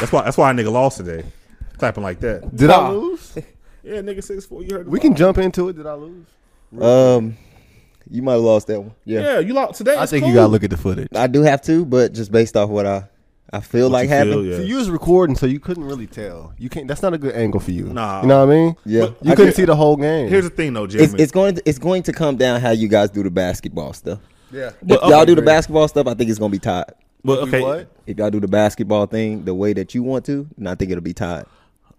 That's why. That's why a nigga lost today. Clapping like that. Did Nah. I lose? Yeah, nigga six four. You heard. the We law. can jump into it. Did I lose? Um, you might have lost that one. Yeah. Yeah, you lost today. I it's think cool. you gotta look at the footage. I do have to, but just based off what I I feel What like you feel, happened. yeah. So you was recording, so you couldn't really tell. You can't. That's not a good angle for you. Nah. You know what I mean? Yeah. But You I couldn't think- see the whole game. Here's the thing though, Jeremy. It's, it's going to, it's going to come down how you guys do the basketball stuff. yeah. If okay, y'all do the great. basketball stuff, I think it's gonna be tied. well, You okay. What? If y'all do the basketball thing the way that you want to, then I think it'll be tied.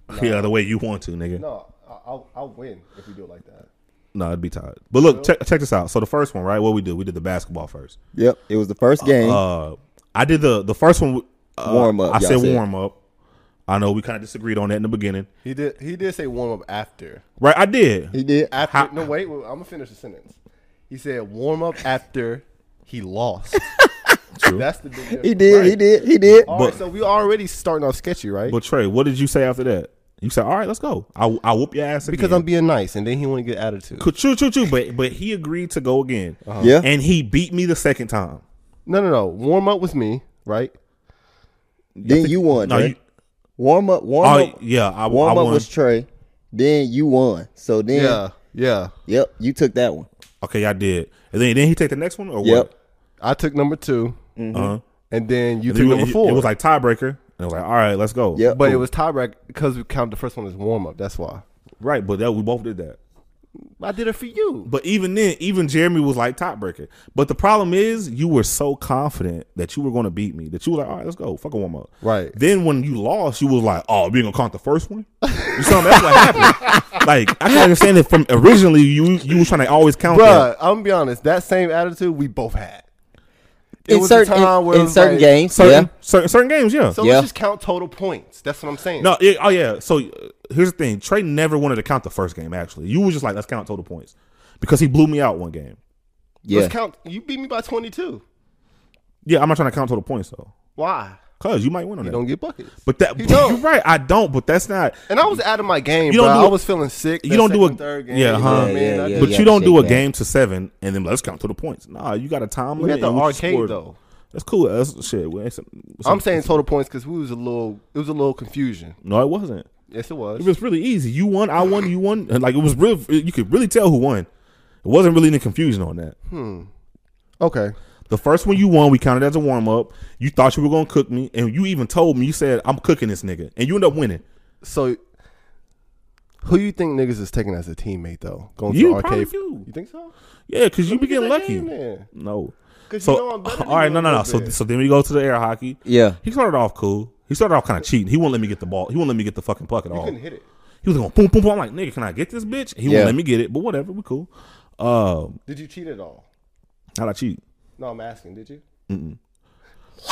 Yeah, the way you want to, nigga. No, No, I- I'll, I'll win if we do it like that. it'd be tired. But look, check, check this out. So the first one, right? What we did? We did the basketball first. Yep, it was the first game. Uh, I did the the first one. Uh, Warm up, I y'all said said. warm up. I know we kind of disagreed on that in the beginning, He did. He did say warm up after. right? I did. he did. After. How- no, wait. wait, I'm gonna finish the sentence. He said warm up after he lost. True. That's the big difference. He did. He did. He did. All But- right, so we already starting off sketchy, right? But Trey, what did you say after that? You said, "All right, let's go. I I whoop your ass again." because I'm being nice, and then he want to get attitude. Could- True, true, true. But but he agreed to go again. Uh-huh. Yeah. and he beat me the second time. No, no, no. Warm up was me, right? Then you won. No, right? you, warm up. Warm oh up. yeah, I, I warm up won. was Trey. Then you won. So then, yeah. yep, you took that one. okay, I did. And then then he take the next one or Yep. what? I took number 2 Uh-huh. and then you And took then number it- four. It was like tiebreaker, and it was like, oh. "All right, let's go." Yep. but it was tiebreak because we count the first one as warm up. That's why right. But that we both did that. I did it for you. But even then, even Jeremy was like tiebreaker. But the problem is, you were so confident that you were going to beat me that you were like, all right, let's go, fuck a warm up. Right. Then when you lost, you was like, oh, we ain't gonna count the first one. You saw that's what happened. like I can understand it from originally you you was trying to always count that. Bruh, I'm gonna be honest. That same attitude we both had. It in was a certain time in, where it in was certain like- games, Certain, yeah. certain certain games, yeah. So Yeah. let's just count total points. That's what I'm saying. no, yeah, oh yeah. So uh, here's the thing: Trey never wanted to count the first game. Actually, you was just like, let's count total points because he blew me out one game. Yeah. let's count. You beat me by 22. Yeah, I'm not trying to count total points though, Why? cause you might win on You that. don't get buckets. But that You don't. you're right. I don't. But that's not. and I was out of my game. You don't bruh. do I it- was feeling sick. you that don't do second, a- third game. yeah, you know huh. what I mean? Yeah, I yeah, did- But you you don't gotta do a shake that. game to seven and then let's count to the points. Nah, you got a time We limit. had the and just arcade scored. though. That's cool. That's shit. We ain't some- I'm some- saying total points because we was a little. It was a little confusion. no, it wasn't. Yes, it It was. was really easy. You won. I won. You won. And, Like it was real. You could really tell who won. It wasn't really any confusion on that. Okay. The first one you won, we counted as a warm up. You thought you were gonna cook me, and you even told me you said I'm cooking this nigga, and you end up winning. So, who you think niggas is taking as a teammate though? Going You the probably do. You think so? Yeah, because you Let be me get getting that lucky. game then. No. 'Cause So you know I'm better than all right, you no, a no, no. little So bit. so then we go to the air hockey. Yeah. He started off cool. He started off kind of cheating. He wouldn't let me get the ball. He wouldn't let me get the fucking puck at all. couldn't hit it. He was going boom, boom, boom. I'm like, nigga, can I get this bitch? He Yeah. wouldn't let me get it, but whatever, we cool. Um, Did you cheat at all? how'd I cheat? No, I'm asking. Did you?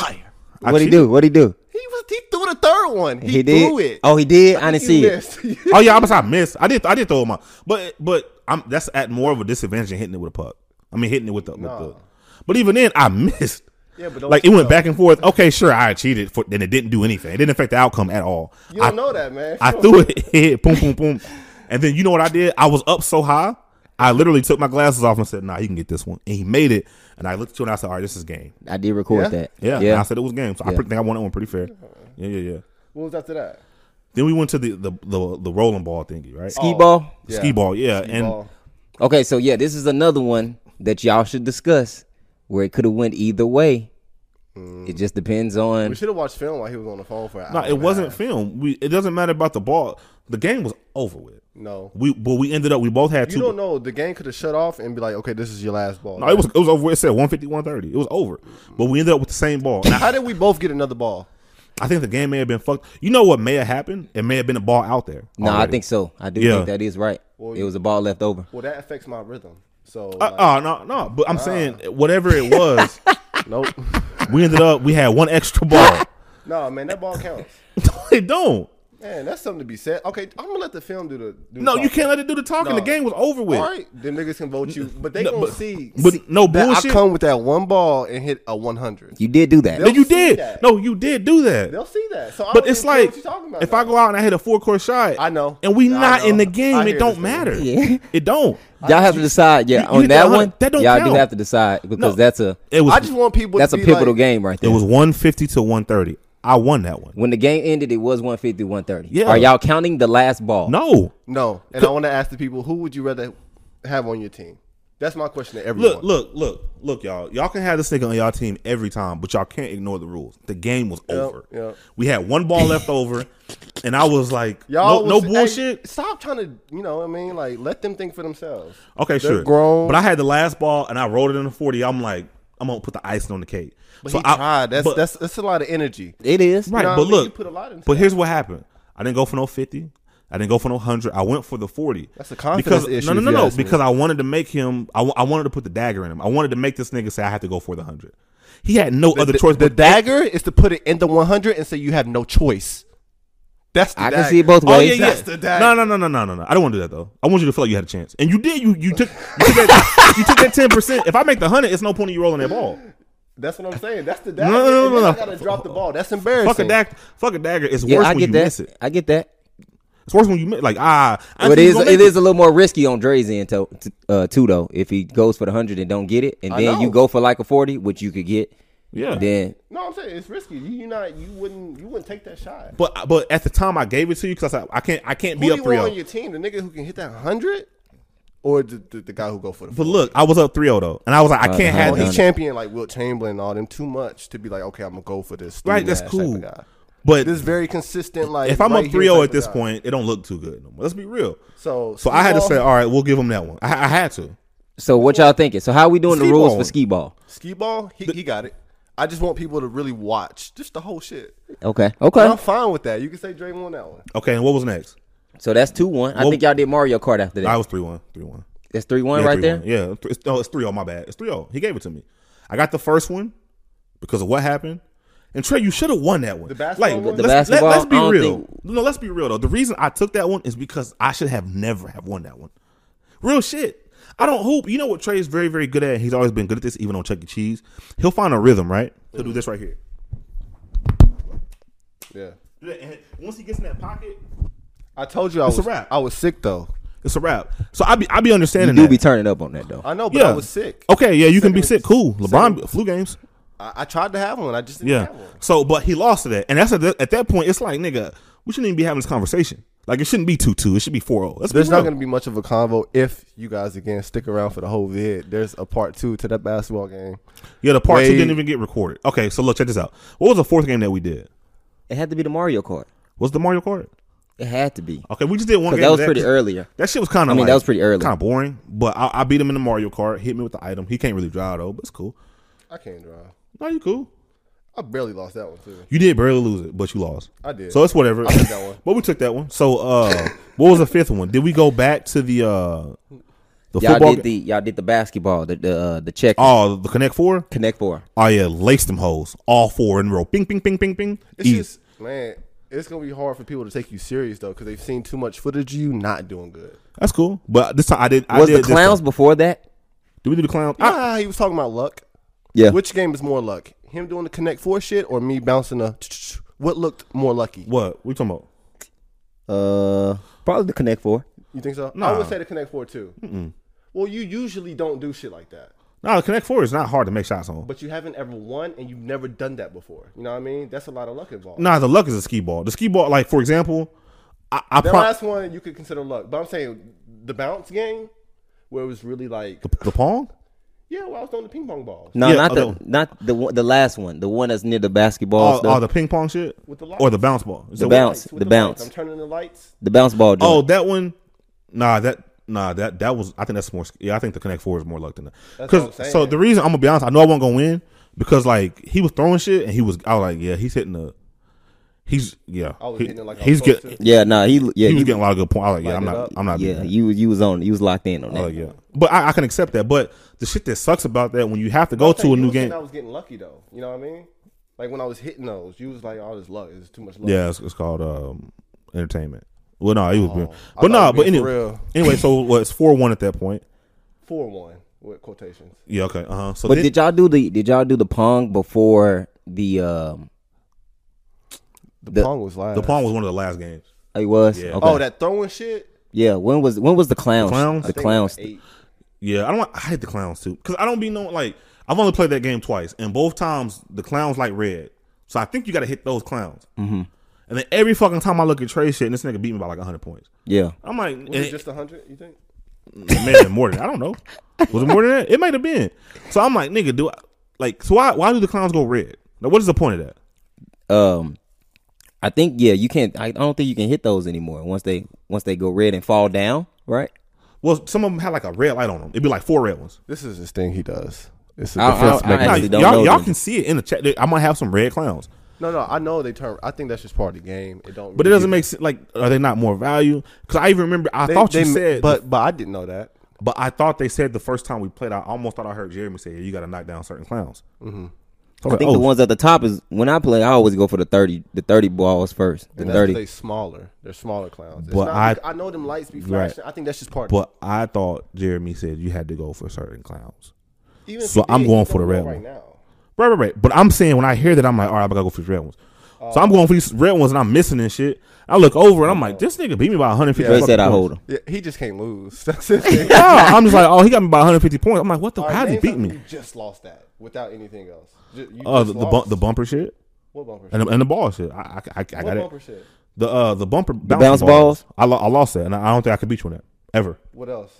Liar. What he do? What he do? He was. He threw the third one. He, did. threw it. Oh, he did. I didn't He see it. missed. Oh yeah, I must I missed. I did I did throw him out. But but I'm that's at more of a disadvantage than hitting it with a puck. I mean hitting it with the with the But even then I missed. Yeah, but don't like it went cheat, back and forth. Okay, sure, I cheated for then it didn't do anything. It didn't affect the outcome at all. you don't I- know that, man. I threw it, it hit, boom, boom, boom. And then you know what I did? I was up so high, I literally took my glasses off and said, nah, he can get this one. And he made it. And I looked at you and I said, all right, this is game. I did record Yeah? that. Yeah. And Yeah. I said it was game. So I Yeah. pretty think I won that one pretty fair. Yeah, yeah, yeah. What was after that? Then we went to the the, the, the rolling ball thingy, Oh. right? Ski ball. Yeah. Ski ball, yeah. and Ball. Okay, so yeah, this is another one that y'all should discuss where it could have went either way. It just depends on Mm. We should have watched film while he was on the phone for an hour. no, and it a wasn't half. film. We it doesn't matter about the ball. The game was over with. No. We but we ended up we both had You two don't know. The game could have shut off and be like, okay, this is your last ball. No, it was it was over. It said 150, 130. It was over. But we ended up with the same ball. Now, How did we both get another ball? I think the game may have been fucked. You know what may have happened? It may have been a ball out there. No, I already. think so. I do Yeah. think that is right. Well, it was a ball left over. Well, that affects my rhythm. So, Uh, oh no, no. But I'm saying whatever it was, like, nope. we ended up we had one extra ball. no, man, that ball counts. no, it don't. Man, that's something to be said. Okay, I'm gonna let the film do the. Do No, the you talking. can't let it do the talking. No. The game was over with. All right, then niggas can vote you, but they No, gonna but- see. but see no that bullshit. I come with that one ball and hit a 100. You did do that. No, you see did. that. No, you did do that. They'll see that. So, Oh, I But don't it's even care like what you talking about if I now. go out and I hit a four court shot, I know. and we I not know. in the I game, hear it don't this matter. Yeah. It don't. y'all have to decide. Yeah, you on hit that that one, hundred. That don't y'all count. do have to decide because No. that's a It was. I just want people. that's to a be pivotal like, game right It there. was 150 to 130. I won that one. When the game ended, it was 150, 130. Yeah. Are y'all counting the last ball? No, No, and I want to ask the people who would you rather have on your team? That's my question to everyone. look, look, look, look, y'all. Y'all can have this nigga on y'all team every time, but y'all can't ignore the rules. The game was over. yep. We had one ball left over, and I was like, Y'all no, was- no hey, bullshit. stop trying to, you know, what I mean, like let them think for themselves. Okay, They're sure. grown. But I had the last ball and I rolled it in the 40. I'm like, I'm going to put the icing on the cake. But So he I- tried. That's, but- that's that's a lot of energy. It is. right. know what I but mean? look, You put a lot into but that. here's what happened. I didn't go for no 50. I didn't go for no 100. I went for the 40. That's a confidence because, issue, No, no, if no, you no. ask me. Because I wanted to make him, I wa- I wanted to put the dagger in him. I wanted to make this nigga say, I have to go for the 100. He had no other the, choice the but dagger is to put it in the 100 and say you have no choice. That's the I dagger. can see it both Oh ways. yeah, yeah. That's the dagger. No, no, no, no, no, no, no. I don't want to do that though. I want you to feel like you had a chance, and you did. You you took you took that you took that ten percent. If I make the hundred, it's no point in you rolling that ball. That's what I'm saying. That's the dagger. no, no, And then no, I no. gotta drop the ball. That's embarrassing. Fuck a dagger. Fuck a dagger. It's Yeah, worse I when you get that. miss it. I get that. It's worse when you miss. Like ah, I But it think is you gonna it make is a little more risky on Dre's end to, to, uh, too though. If he goes for the hundred and don't get it, and I then you know. go for like a forty, which you could get, Yeah. then No, I'm saying it's risky. You you not you wouldn't you wouldn't take that shot. But but at the time I gave it to you because I, I can't I can't Who be do up oh. you want on 3-0. your team? The nigga who can hit that 100 or the, the, the guy who go for the But look, I was up 3-0 though, and I was like I Oh, can't no, have Well, no, this. he it. championed like Wilt Chamberlain and all them too much to be like, okay, I'm gonna go for this. Right, Steve that's Nash type of cool. guy. But This very consistent, like if I'm right up here 3-0 type at of this guy. point, it don't look too good. No more. Let's be real. so So I had to Steve say, ball- all right, we'll give him that one. I, I had to. so what y'all thinking? So how we doing the Skee rules ball. for skee ball? skee ball, he, he got it. I just want people to really watch just the whole shit. Okay, okay. And I'm fine with that. You can say Draymond on that one. Okay, and what was next? so that's two one. I Well- think y'all did Mario Kart after that. I was 3-1, 3-1. that's three one Yeah, right 3-1. there. Yeah, th- it's, no, it's 3-0, my bad. It's 3-0. He gave it to me. I got the first one because of what happened. And Trey, you should have won that one. The like, basketball one? Let's, The basketball, Let, us be I don't real. think- No, let's be real though. The reason I took that one is because I should have never have won that one. Real shit. I don't hoop. You know what Trey is very, very good at. He's always been good at this, even on Chuck E. Cheese. He'll find a rhythm, right? He'll do this right here. Yeah, Do that, and once he gets in that pocket, I told you I It's a was wrap. I was sick though. it's a wrap. So I be I be understanding You that. be turning up on that though. I know, but yeah, I was sick. Okay, yeah, you can be Second- sick. Cool. LeBron flu games. I, I tried to have one. I just didn't Yeah. have one. So, but he lost to that, and that's at, that- at that point. It's like, nigga, we shouldn't even be having this conversation. Like, it shouldn't be two two. It should be four zero. That's There's not going gonna. to be much of a convo if you guys again stick around for the whole vid. There's a part two to that basketball game. Yeah, the part two Wait. didn't even get recorded. Okay, so look, check this out. What was the fourth game that we did? It had to be the Mario Kart. Was the Mario Kart? It had to be. Okay, we just did one. 'Cause Game that was of pretty earlier. That shit was kind of. I mean, that was pretty early. Kind of boring, but I, I beat him in the Mario Kart. Hit me with the item. He can't really drive though, but it's cool. I can't drive. No, you cool. I barely lost that one too. You did barely lose it, but you lost. I did. So it's whatever. took that one. but we took that one. So uh, what was the fifth one? Did we go back to the uh, the Y'all football? did the y'all did the basketball, the the uh, the check oh, the Connect Four. connect four. Oh yeah, lace them hoes all four in a row. Bing, bing, bing, bing, bing. It's Easy. just man, it's gonna be hard for people to take you serious though because they've seen too much footage of you not doing good. That's cool. But this time I did. I Was did the this time. clowns before that? Did we do the clown? I, Ah, he was talking about luck. Yeah. Which game is more luck? Him doing the connect four shit or me bouncing a? What looked more lucky? what? We talking about? Uh, probably the connect four. You think so? I Nah. would say the connect four too. Well, you usually don't do shit like that. No, the Connect Four is not hard to make shots on. But you haven't ever won, and you've never done that before. You know what I mean? That's a lot of luck involved. Nah, the luck is a ski ball. The ski ball, like for example, I, I That pro- last one you could consider luck, but I'm saying the bounce game, where it was really like, the, the pong. yeah, well, I was throwing the ping pong balls No, Yeah, not oh, the that one. not the one, the last one, the one that's near the basketball Oh, stuff, oh, the ping pong shit, With the or the bounce ball. The So what- bounce, Lights, with the lights. bounce, I'm turning the lights. the bounce ball. Joint. Oh, that one. Nah, that nah that that was. I think that's more. Yeah, I think the Connect Four is more luck than that. what I'm Because saying. so the reason I'm gonna be honest, I know I wasn't gonna win because like he was throwing shit and he was. I was like, yeah, he's hitting the. He's yeah. I was he- hitting it like I he's was get, supposed to. yeah, nah, he yeah he was he, getting a lot of good points. I was like, yeah, I'm Lighten it not. up. I'm not. doing yeah that. you was- you was on you was locked in on that. I was like, Oh, yeah. But I, I can accept that. But the shit that sucks about that when you have to go I'm to saying a you new was saying game. I was getting lucky though. You know what I mean? Like when I was hitting those, you was like, "All this luck is too much luck." Yeah, it's, it's called um, entertainment. Well, no, it was, Oh, I but thought no, it was but being for anyway, real. anyway. So well, it's four one at that point. Four one with quotations. Yeah, okay, uh huh. So But then, did y'all do the did y'all do the pong before the um? The, The- pong was last. the pawn was one of the last games. It was Yeah. okay. Oh, that throwing shit. yeah. When was when was the clowns? clowns? The They clowns. like eight. Yeah, I don't. I hate the clowns too because I don't be knowing. Like I've only played that game twice, and both times the clowns like red. So I think you got to hit those clowns. Mm-hmm. And then every fucking time I look at Trey shit, and this nigga beat me by like hundred points. Yeah. I'm like, and Was it it, just hundred? You think? it may have been more than that. I don't know. Was it more than that? It might have been. So I'm like, nigga, do I like? So why why do the clowns go red? Now what is the point of that? Um, I think yeah, you can't. I I don't think you can hit those anymore. Once they once they go red and fall down, right? Well, some of them had like a red light on them. It'd be like four red ones. This is this thing he does. It's a I- I- defense I- Now, mechanism. actually don't y'all know y'all them. can see it in the chat. I might have some red clowns, no, no, I know they turn. I think that's just part of the game. It don't. but it really doesn't get- make sense. Like, are they not more value? Because I even remember I They, thought you they- said, but but but I didn't know that. but I thought they said the first time we played. I almost thought I heard Jeremy say, "You got to knock down certain clowns." Mm-hmm. So I was think like, the oh, ones at the top is when I play. I always go for the thirty. The thirty balls first. The And that's 'cause thirty. they smaller. They're smaller clowns. It's But not, I- I, I know them lights be Right. flashing. I think that's just part. of But I thought Jeremy said you had to go for certain clowns. it. Even if so you I'm did, going you for the don't know red right one. now. Right, right, right. But I'm saying when I hear that, I'm like, all right, I gotta go for these red ones. Oh. so I'm going for these red ones, and I'm missing and shit. I look over and I'm like, this nigga beat me by 150. Trey fucking said I points. hold them. Yeah, he just can't lose. That's his thing. Yeah, I'm just like, oh, he got me by 150 points. I'm like, what the? All right, How did he name beat something me? You just lost that without anything else. Ju- you Uh, just the the, bu- lost. the bumper shit What bumper? and the, and the ball shit. I I, I, I what got bumper it. shit? The uh the bumper bounce, bounce balls? I, lo- I lost that, and I I don't think I could beat you on that ever. What else?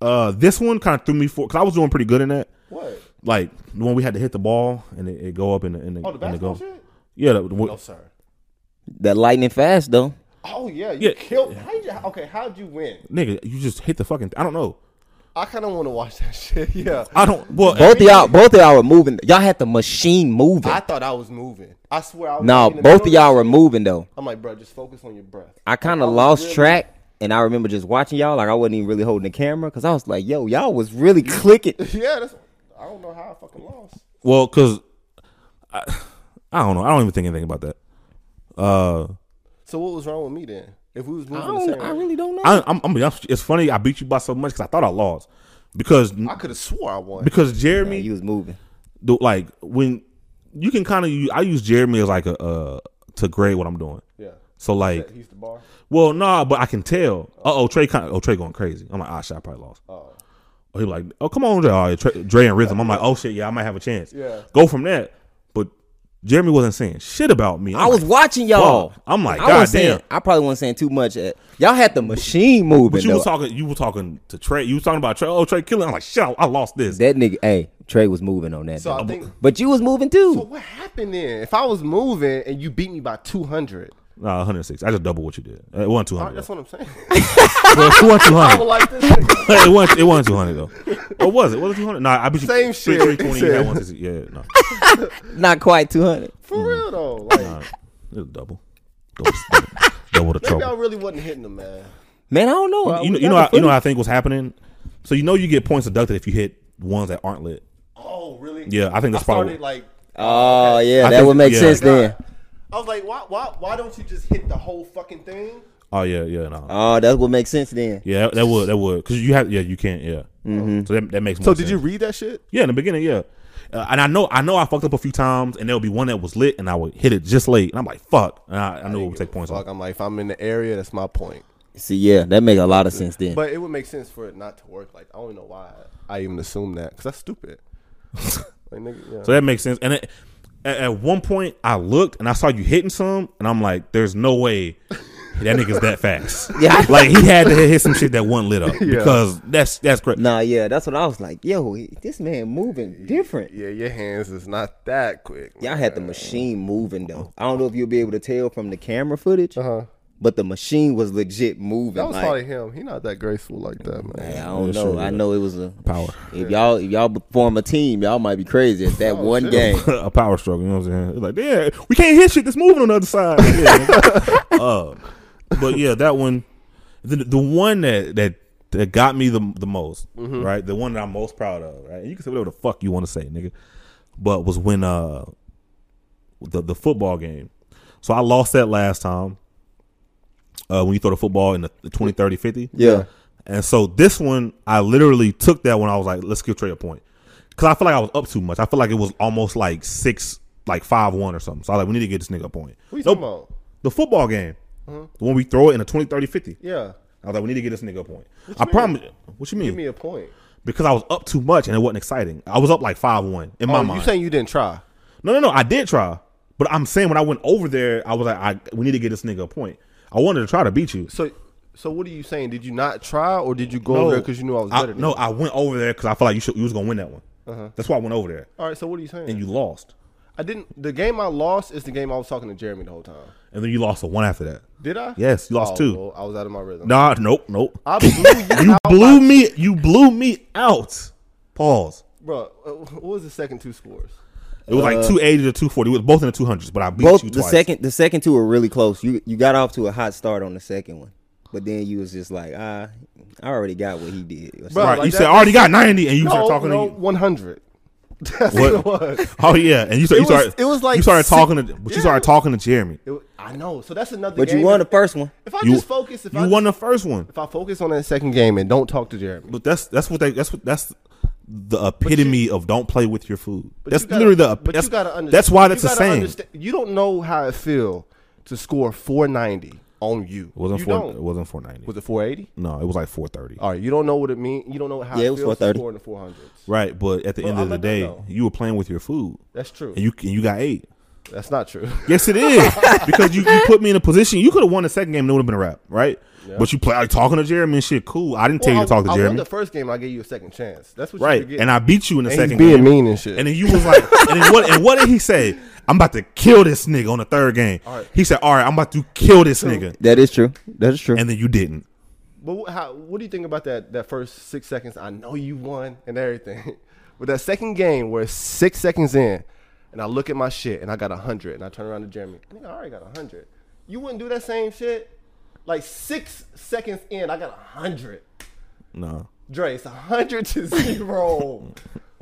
Uh, this one kind of threw me for because I was doing pretty good in that. What? Like when we had to hit the ball and it, it go up and the, and the, Oh, the and it basketball go. shit? Oh. Yeah, the, the- No, sir. That lightning fast though. Oh yeah, you Yeah. killed. How you, okay, how'd you win? nigga, you just hit the fucking. I don't know. I kind of want to watch that shit. Yeah, I don't. Well, Both of y'all, both of y'all were moving. Y'all had the machine moving. I thought I was moving. I swear. I was no, in the both of middle y'all were moving though. I'm like, bro, just focus on your breath. I kind I of was lost really- track. And I remember just watching y'all, like I wasn't even really holding the camera, cause I was like, "Yo, y'all was really clicking." Yeah, that's. I don't know how I fucking lost. well, because I, I don't know. I don't even think anything about that. Uh, So what was wrong with me then? If we was moving I, the don't, same, I way, really don't know. I, I'm, I'm gonna be honest with you, It's funny I beat you by so much because I thought I lost because I could have swore I won. because Jeremy, you was moving. do- like when you can kind of I use Jeremy as like a uh to grade what I'm doing. yeah, So like, he's the bar. well, nah, but I can tell. Uh oh, Trey kind of oh Trey going crazy. I'm like, ah, shit, I probably lost. Oh, Oh, he like, oh come on, Dre, oh, yeah, Trey, Dre and Rhythm. I'm like, oh shit, yeah, I might have a chance. Yeah. Go from that, but Jeremy wasn't saying shit about me. I'm I was like, watching y'all. fuck. I'm like, I wasn't God saying- damn. I probably wasn't saying too much. At, y'all had the machine moving. But you though. were talking, you were talking to Trey. You were talking about Trey. Oh, Trey killing. I'm like, shit, I, I lost this. that nigga, hey, Trey was moving on that. So I though. think- but you was moving too. so what happened then? If I was moving and you beat me by two hundred, Nah, 106. I just doubled what you did. Uh, It wasn't 200. that's what I'm saying. Well, it wasn't I 200. would like this. Thing. it wasn't. It wasn't 200 though. Or was it? Was it 200? Nah, I bet you. Same three- shit. 320. You had Yeah. 160. Yeah, no, Not quite two hundred. For real though, like nah, it was double. Double, double, double the maybe I trouble. really wasn't hitting them, man. Man, I don't know. I- You know, we you know, I, got the you know. footage. What I think was happening. So you know, you get points deducted if you hit ones that aren't lit. Oh, really? Yeah, I think that's I probably- started like. Oh yeah, I that think- would make yeah. sense then. God. I was like, why, why, why don't you just hit the whole fucking thing? Oh yeah, yeah, no. Oh, that would make sense then. yeah, that, that would that would because you have yeah you can't yeah. So that, that makes more Mm-hmm. So did sense. you read that shit? Yeah, in the beginning, yeah. Uh, and I know, I know, I fucked up a few times, and there'll be one that was lit, and I would hit it just late, and I'm like, "Fuck!" And I, I knew it would take points off. Fuck, I'm like, if I'm in the area, that's my point. See, yeah, that make a lot of sense then. But it would make sense for it not to work. Like, I don't know why I even assume that because that's stupid. like, nigga, yeah. So that makes sense. And it, at, at one point, I looked and I saw you hitting some, and I'm like, "There's no way that nigga's that fast." Yeah. like he had to hit, hit some shit that wasn't lit up because that's that's crazy. nah, yeah, that's what I was like. Yo, he- this man moving different. yeah, your hands is not that quick. Y'all had the machine moving though. I don't know if you'll be able to tell from the camera footage, Uh-huh. but the machine was legit moving. That was like, probably him. He not that graceful like that, man. I don't Yeah, know. sure, I yeah. know it was a Power. If y'all if y'all form a team, y'all might be crazy at that one shit. game. a power struggle. You know what I'm saying? It's like, yeah, we can't hit shit that's moving on the other side. Yeah. uh, but yeah, that one, the, the one that that that got me the the most, right? The one that I'm most proud of, right? And you can say whatever the fuck you want to say, nigga. But was when uh the the football game. So I lost that last time. Uh, when you throw the football in the, the 20, 30, 50. Yeah. And so this one, I literally took that one. I was like, let's give Trey a point. Cause I feel like I was up too much. I feel like it was almost like six, like five one or something. So I was like, we need to get this nigga a point. What you Nope. talking about? Uh-huh. The football game. The one we throw it in a 20, 30, 50. Yeah. I was like, we need to get this nigga a point. I promise. What you mean? Give me a point. because I was up too much and it wasn't exciting. I was up like five one in my Oh, you mind. saying you didn't try? no, no, no. I did try. But I'm saying when I went over there, I was like, I, we need to get this nigga a point. I wanted to try to beat you. So, so what are you saying? Did you not try, or did you go No. over there because you knew I was better? than no, you? Uh-huh. I went over there because I felt like you should, you was gonna win that one. That's why I went over there, All right. So what are you saying? and you lost, I didn't. The game I lost is the game I was talking to Jeremy the whole time. and then you lost the one after that. Did I? Yes, you lost oh, two. well, I was out of my rhythm. Nah, nope, nope. I blew you, You out, blew me. You blew me out. Pause. bro. uh, What was the second two scores? It was Uh. like two eighty to two forty. We was both in the two hundreds, but I beat Both you the twice. second the second two were really close. You you got off to a hot start on the second one, but then you was just like, ah, I already got what he did. Or Bro, right? like you that- said I already got ninety, and you started talking no, to you. one hundred. That's what? What? it was. Oh yeah, and you said It you was- started. it was like you started six- talking to, but you started talking to Jeremy. It wa- I know. So that's another. But game you won the that- first one. If I You just focus, if you I just- won the first one, if I focus on that second game and don't talk to Jeremy, but that's that's what they that's what that's the epitome of don't play with your food. But That's you gotta- literally the But that's, you gotta understand. that's why that's you the gotta same. It understand- You don't know how it feel to score 490 on you. wasn't you 4 don't. It wasn't four ninety. Was it 480? No, it was like four thirty. All right, you don't know what it means. You don't know how Yeah, it, it was feels to 430. score in the 400s. Right, but at the end I of the let them day, know. you were playing with your food, That's true. and you and you got eight. That's not true. Yes, it is because you, you put me in a position. You could have won the second game, and it would have been a wrap, right? But you play like talking to Jeremy and shit. Cool. I didn't tell Well, you to talk I, to I won Jeremy, the first game. I gave you a second chance. That's what right? you forget. And I beat you in the And second he's being game. mean and shit. And then you was like, and then what? And what did he say? I'm about to kill this nigga on the third game. right. He said, "All right, I'm about to kill this nigga," That is true. That is true. and then you didn't. but what, how, what do you think about that? That first six seconds. I know you won and everything, but that second game where it's six seconds in, and I look at my shit and I got hundred, and I turn around to Jeremy. I think I already got hundred. You wouldn't do that same shit. Like six seconds in, I got hundred. No, Dre, it's hundred to zero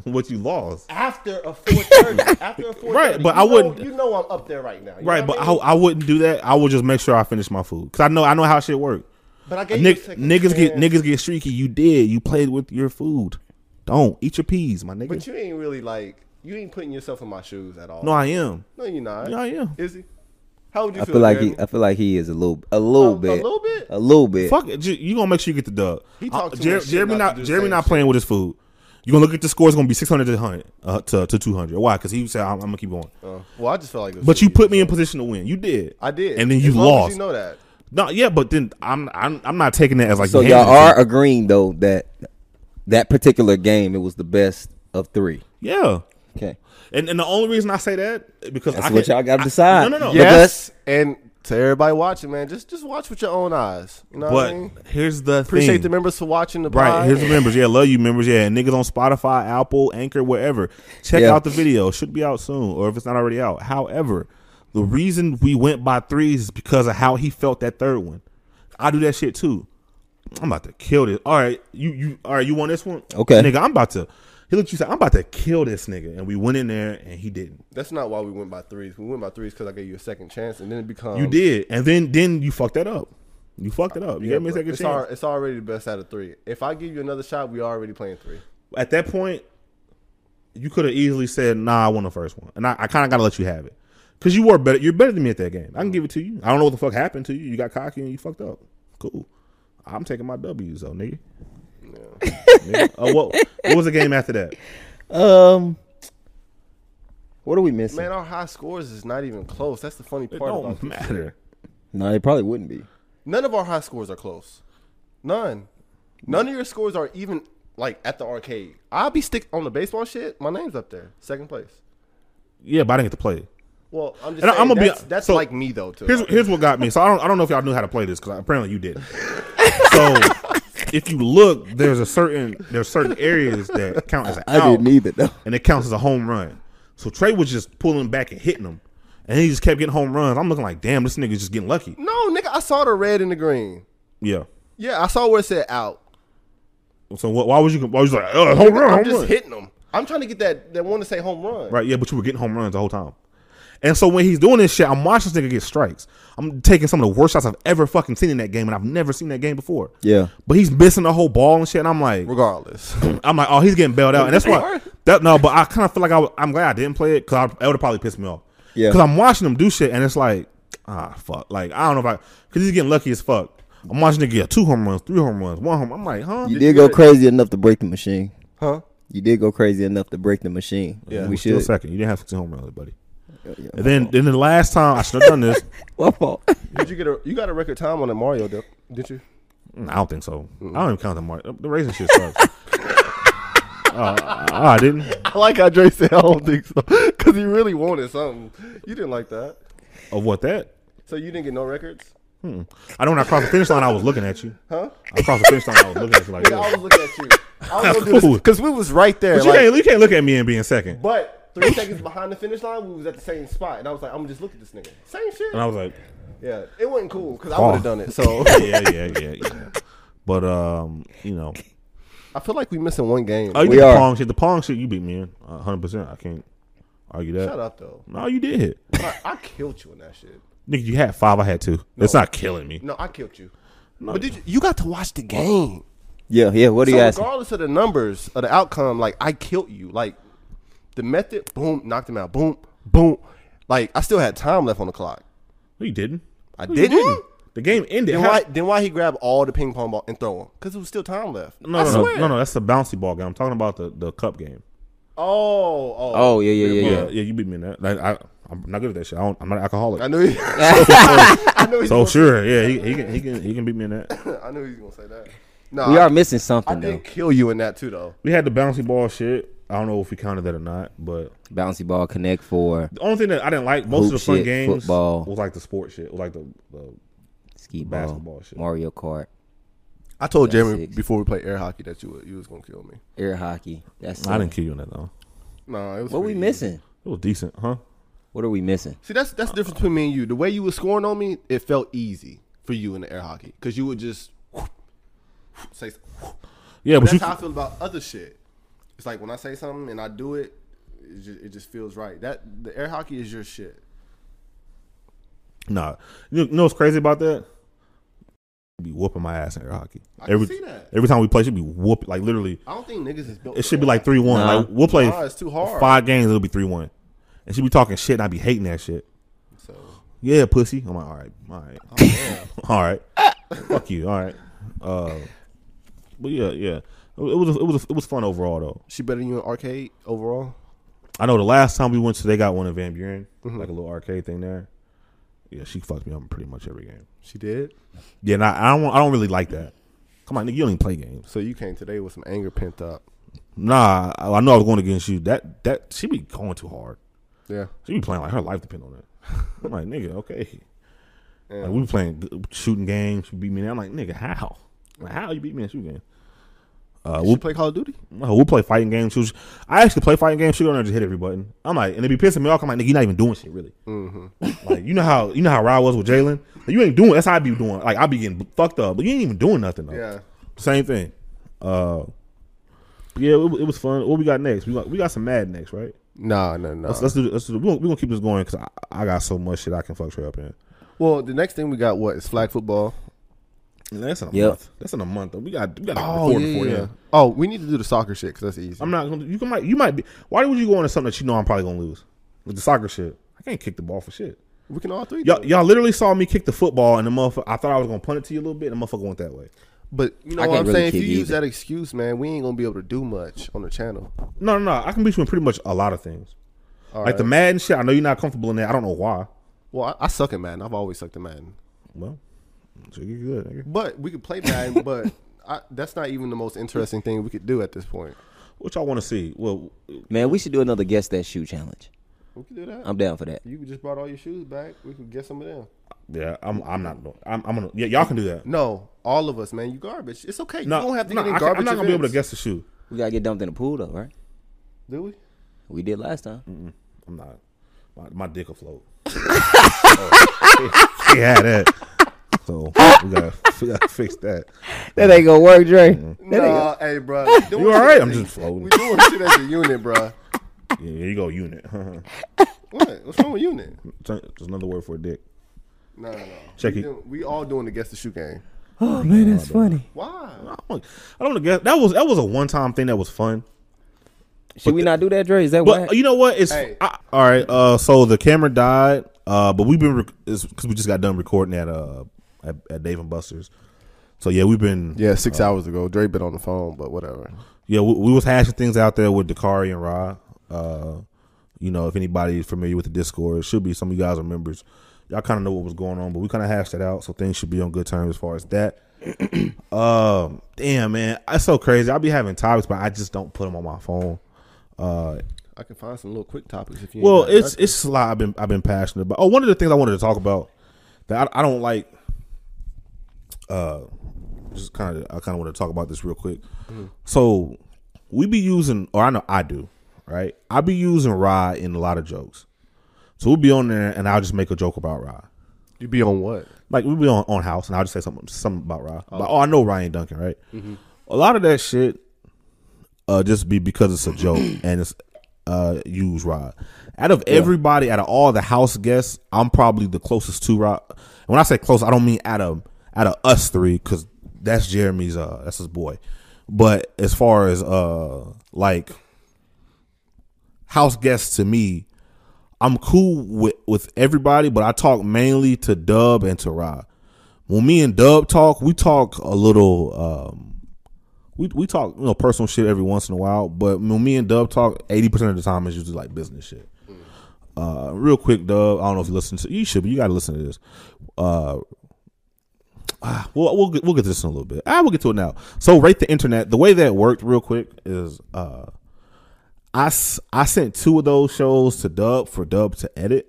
what you lost. after a four thirty. After a four thirty, Right, but you I know- wouldn't- You know I'm up there right now. You Right, know what but I I, mean? I wouldn't do that. I would just make sure I finish my food because I know I know how shit work. But I gave you a Nick, second niggas get chance. niggas get streaky. You did. You played with your food. Don't eat your peas, my nigga. But you ain't really like you ain't putting yourself in my shoes at all. no, I am. no, you're not. Yeah, I am. Is he? How would you I feel? feel like he, Jeremy? I feel like he is a little, a little A- a bit, little bit? a little bit. Fuck it. You, you gonna make sure you get the dub. He Uh, talked too Jer- much shit Jeremy not not to do the Jeremy same not shit. playing with his food. You gonna look at the score. It's gonna be six hundred to hundred uh, to to two hundred. Why? Because he said I'm, I'm gonna keep going. Oh, well, I just felt like. It was But you serious. put me in position to win. You did. I did, and then you As long as lost. You know that. No, yeah, but then I'm I'm I'm not taking that as like so you y'all handed it are agreeing though that that particular game it was the best of three. to me. yeah. Okay, And, and the only reason I say that because that's I what can- y'all got to I- decide. no, no, no. Because- Yes, and to everybody watching, man, just just watch with your own eyes. You know what I But mean? here's the Appreciate thing. the members for watching the Right, pod. here's the members. Yeah, love you members. Yeah, and niggas on Spotify, Apple, Anchor, wherever. Check Yeah. out the video. Should be out soon, or if it's not already out. However, the reason we went by threes is because of how he felt that third one. I do that shit too. I'm about to kill this. All right, you you all right? You want this one? Okay. nigga. I'm about to. He looked at you said, "I'm about to kill this nigga," and we went in there and he didn't. That's not why we went by threes. We went by threes because I gave you a second chance, and then it becomes Oh. You did, and then then you fucked that up. You fucked it up. You Yeah, gave me a but second it's chance. al- it's already the best out of three. If I give you another shot, we already playing three. at that point, you could have easily said, "Nah, I won the first one," and I, I kind of got to let you have it because you were better. You're better than me at that game. I can give it to you. I don't know what the fuck happened to you. You got cocky and you fucked up. Cool. I'm taking my W's though, nigga. Nigga. Uh, what, what was the game after that? Um, what are we missing? Man, our high scores is not even close. That's the funny It part about don't this. matter. no, it probably wouldn't be. None of our high scores are close. None. None of your scores are even like at the arcade. I'll be stick on the baseball shit. My name's up there, second place. Yeah, but I didn't get to play it. Well, I'm just And I- saying, I'ma be- that's, that's so, like me though. Too. Here's here's what got me. So I don't I don't know if y'all knew how to play this because apparently you did. So if you look, there's a certain there's certain areas that count as an I out. didn't either though. and it counts as a home run. So Trey was just pulling back and hitting him, and he just kept getting home runs. I'm looking like, damn, this nigga's just getting lucky. no, nigga, I saw the red and the green. Yeah. Yeah, I saw where it said out. So wh why was you? Why was you like, oh, home run, home I'm just run? hitting them. I'm trying to get that that one to say home run. Right. Yeah, but you were getting home runs the whole time. And so when he's doing this shit, I'm watching this nigga get strikes. I'm taking some of the worst shots I've ever fucking seen in that game, and I've never seen that game before. Yeah. But he's missing the whole ball and shit, and I'm like, Regardless, I'm like, oh, he's getting bailed out, and that's why. Or- That no, but I kind of feel like I, was- I'm glad I didn't play it because that would have probably pissed me off. Yeah. because I'm watching him do shit, and it's like, ah, fuck. Like I don't know if I, because he's getting lucky as fuck. I'm watching him get two home runs, three home runs, one home. I'm like, huh? You did go crazy enough to break the machine. huh? You did go crazy enough to break the machine. Yeah. we Still should. second. You didn't have six home runs, buddy. And then, then the last time I should have done this. My fault. Did you get a? You got a record time on the Mario, though, didn't you? Mm, I don't think so. I don't even count the mark. The raisin shit sucks. uh, I didn't. I like how Dre said I don't think so because he really wanted something. You didn't like that, Of what that? so you didn't get no records. I know when I crossed the finish line, I was looking at you. Huh? I crossed the finish line, I was looking at you like, I this. was looking at you. I was gonna do Cool. this because we was right there. but you like- can't, you can't look at me and be in second. but three seconds behind the finish line, we was at the same spot, and I was like, I'm gonna just look at this nigga. Same shit. And I was like, yeah, it wasn't cool because I Oh. would have done it. So yeah, yeah, yeah, yeah. But um, you know, I feel like we missing one game. oh, you We did are. the pong shit. The pong shit, you beat me in uh, hundred percent. I can't argue that. Shut up though. No, you did hit. I, I killed you in that shit. Nigga, you had five. I had two. It's not killing me. No, I killed you. But did you, you got to watch the game. Yeah, yeah. What do So you asking? regardless of the numbers of the outcome, like I killed you. Like the method, boom, knocked him out. Boom, boom. Like I still had time left on the clock. No, you didn't. I No, you didn't. The game ended. Then How- why? Then why he grab all the ping pong ball and throw them? Because there was still time left. No, I no, no, swear. no, no. That's the bouncy ball game. I'm talking about the, the cup game. Oh, oh, Oh yeah, yeah, yeah, Yeah, yeah. yeah. You beat me in that. Like, I, I'm not good at that shit. I don't, I'm not an alcoholic. I knew. He, I knew he. so was sure, yeah. He, he can, he can, he can beat me in that. gonna- I knew he was gonna say that. No, We I- are missing I something though. did kill you in that too, though. We had the bouncy ball shit. I don't know if we counted that or not, but Bouncy ball, connect four, the only thing that I didn't like most Hoop of the fun shit, games football. was like the sport shit, was like the, the ski ball, Basketball shit. Mario Kart, I told Jeremy six. before we played air hockey that you would, you was gonna kill me. air hockey. That's I it. didn't kill you in that though. No, it was. What we pretty easy. missing? It was decent, huh? What are we missing? See, that's that's the difference between me and you. The way you was scoring on me, it felt easy for you in the air hockey because you would just say. Yeah, but That's you, how I feel about other shit. It's like when I say something and I do it, it just, it just feels right. That the air hockey is your shit. nah. You know what's crazy about that? Be whooping my ass in air hockey. I can see that. Every time we play, should be whooping. Like literally, I don't think niggas is built. it for should be that. like three one. Nah. Like we'll play Nah, it's too hard. five games, it'll be three one. And she be talking shit, and I be hating that shit. So Yeah, pussy. I'm like, all right, all right, Oh, all right. Fuck you. All right. Uh, but yeah, yeah. It was it was it was fun overall though. she better than you in arcade overall. I know the last time we went to, they got one in Van Buren, like a little arcade thing there. Yeah, she fucked me up in pretty much every game. She did. Yeah, and I, I don't want, I don't really like that. Come on, nigga, you don't even play games. So you came today with some anger pent up. Nah, I, I know I was going against you. That that she be going too hard. Yeah. She be playing like her life depend on that. I'm like, nigga, okay. Yeah. Like we were playing shooting games. She beat me. And I'm like, nigga, how? Like, how you beat me in a shooting game? Uh, Did we'll, she play Call of Duty? no, we'll play fighting games. She was, I actually play fighting games. She go in there and just hit every button. I'm like, and it be pissing me off. I'm like, nigga, you not even doing shit really. Like you know how you know how Rod was with Jalen. Like, you ain't doing. That's how I be doing. Like I be getting fucked up, but you ain't even doing nothing though. Yeah. Same thing. Uh, yeah, it, it was fun. What we got next? We got we got some mad next, right? Nah, no, no. Let's, let's do. Let's do. We gonna, we gonna keep this going because I, I got so much shit I can fuck straight up in. Well, the next thing we got what is flag football. And That's in a Yep. month. That's in a month. Though. We got we got to record before then. Oh, we need to do the soccer shit because that's easy. I'm not gonna. You can might. You might be. Why would you go into something that you know I'm probably gonna lose? Like the soccer shit. I can't kick the ball for shit. we can all three. do Y'all, it. y'all literally saw me kick the football and the motherfucker. I thought I was gonna punt it to you a little bit, and the motherfucker went that way. But you know I what can't I'm really saying? If you kick use either. that excuse, man, we ain't gonna be able to do much on the channel. No, no, no. I can beat you in pretty much a lot of things. All like the right. Madden shit. I know you're not comfortable in that. I don't know why. Well, I, I suck at Madden. I've always sucked at Madden. Well, so you're good. Nigga. But we could play Madden, but I, that's not even the most interesting thing we could do at this point. What y'all want to see? Well, Man, we should do another guess that shoe challenge. We could do that. I'm down for that. you just brought all your shoes back. We could get some of them. yeah, I'm. I'm not doing. I'm, I'm gonna. Yeah, y'all can do that. No, all of us, man. You garbage. It's okay. No, you don't have to no, get in I, garbage. am not gonna be able to guess events. the shoe. We gotta get dumped in the pool though, right? Do we? We did last time. I'm not. My, my dick will float. oh, yeah, that. So we gotta, we gotta fix that. That ain't gonna work, Dre. Nah, hey, bro. You You all right? I'm just floating. We doing shit as a unit, bro. Yeah, here you go, unit. What? What's wrong with unit? There's another word for a dick. No, no, no. Check we it. doing- we all doing the guess the shoe game. Oh man, that's funny. Why? I don't, I don't get that was that was a one time thing that was fun. Should we not do that, Dre? Is that But what? you know what? It's Hey. I, all right. Uh, so the camera died. Uh, but we've been because we just got done recording at uh at, at Dave and Buster's. So yeah, we've been Yeah, six hours ago, Dre been on the phone, but whatever. Yeah, we, we was hashing things out there with Dakari and Ra. Uh, You know, if anybody is familiar with the Discord, it should be some of you guys are members. Y'all kind of know what was going on, but we kind of hashed it out, so things should be on good terms as far as that. um, damn man, that's so crazy. I'll be having topics, but I just don't put them on my phone. Uh, I can find some little quick topics if you. ain't well, got it's nothing. it's a lot I've been I've been passionate about. Oh, one of the things I wanted to talk about that I, I don't like. Uh, just kind of I kind of want to talk about this real quick. Mm-hmm. So we be using, or I know I do, right? I be using Rye in a lot of jokes. So we'll be on there, and I'll just make a joke about Rye. you be on what? Like we'll be on, on House, and I'll just say something something about Rye. Oh, oh I know Ryan Duncan, right? A lot of that shit, uh, just be because it's a joke and it's uh use Rye. Out of everybody, out of all the House guests, I'm probably the closest to Rye. And when I say close, I don't mean out of out of us three, because that's Jeremy's uh that's his boy. But as far as uh like house guests to me, I'm cool with with everybody, but I talk mainly to Dub and to Rod. When me and Dub talk, we talk a little. Um, we we talk you know personal shit every once in a while, but when me and Dub talk, eighty percent of the time is usually like business shit. Uh, real quick, Dub. I don't know if you listen to. You should, but you got to listen to this. Uh, ah, we'll we'll get, we'll get to this in a little bit. I will get to it now. So rate the internet. The way that worked, real quick, is uh, I, s- I sent two of those shows to Dub for Dub to edit,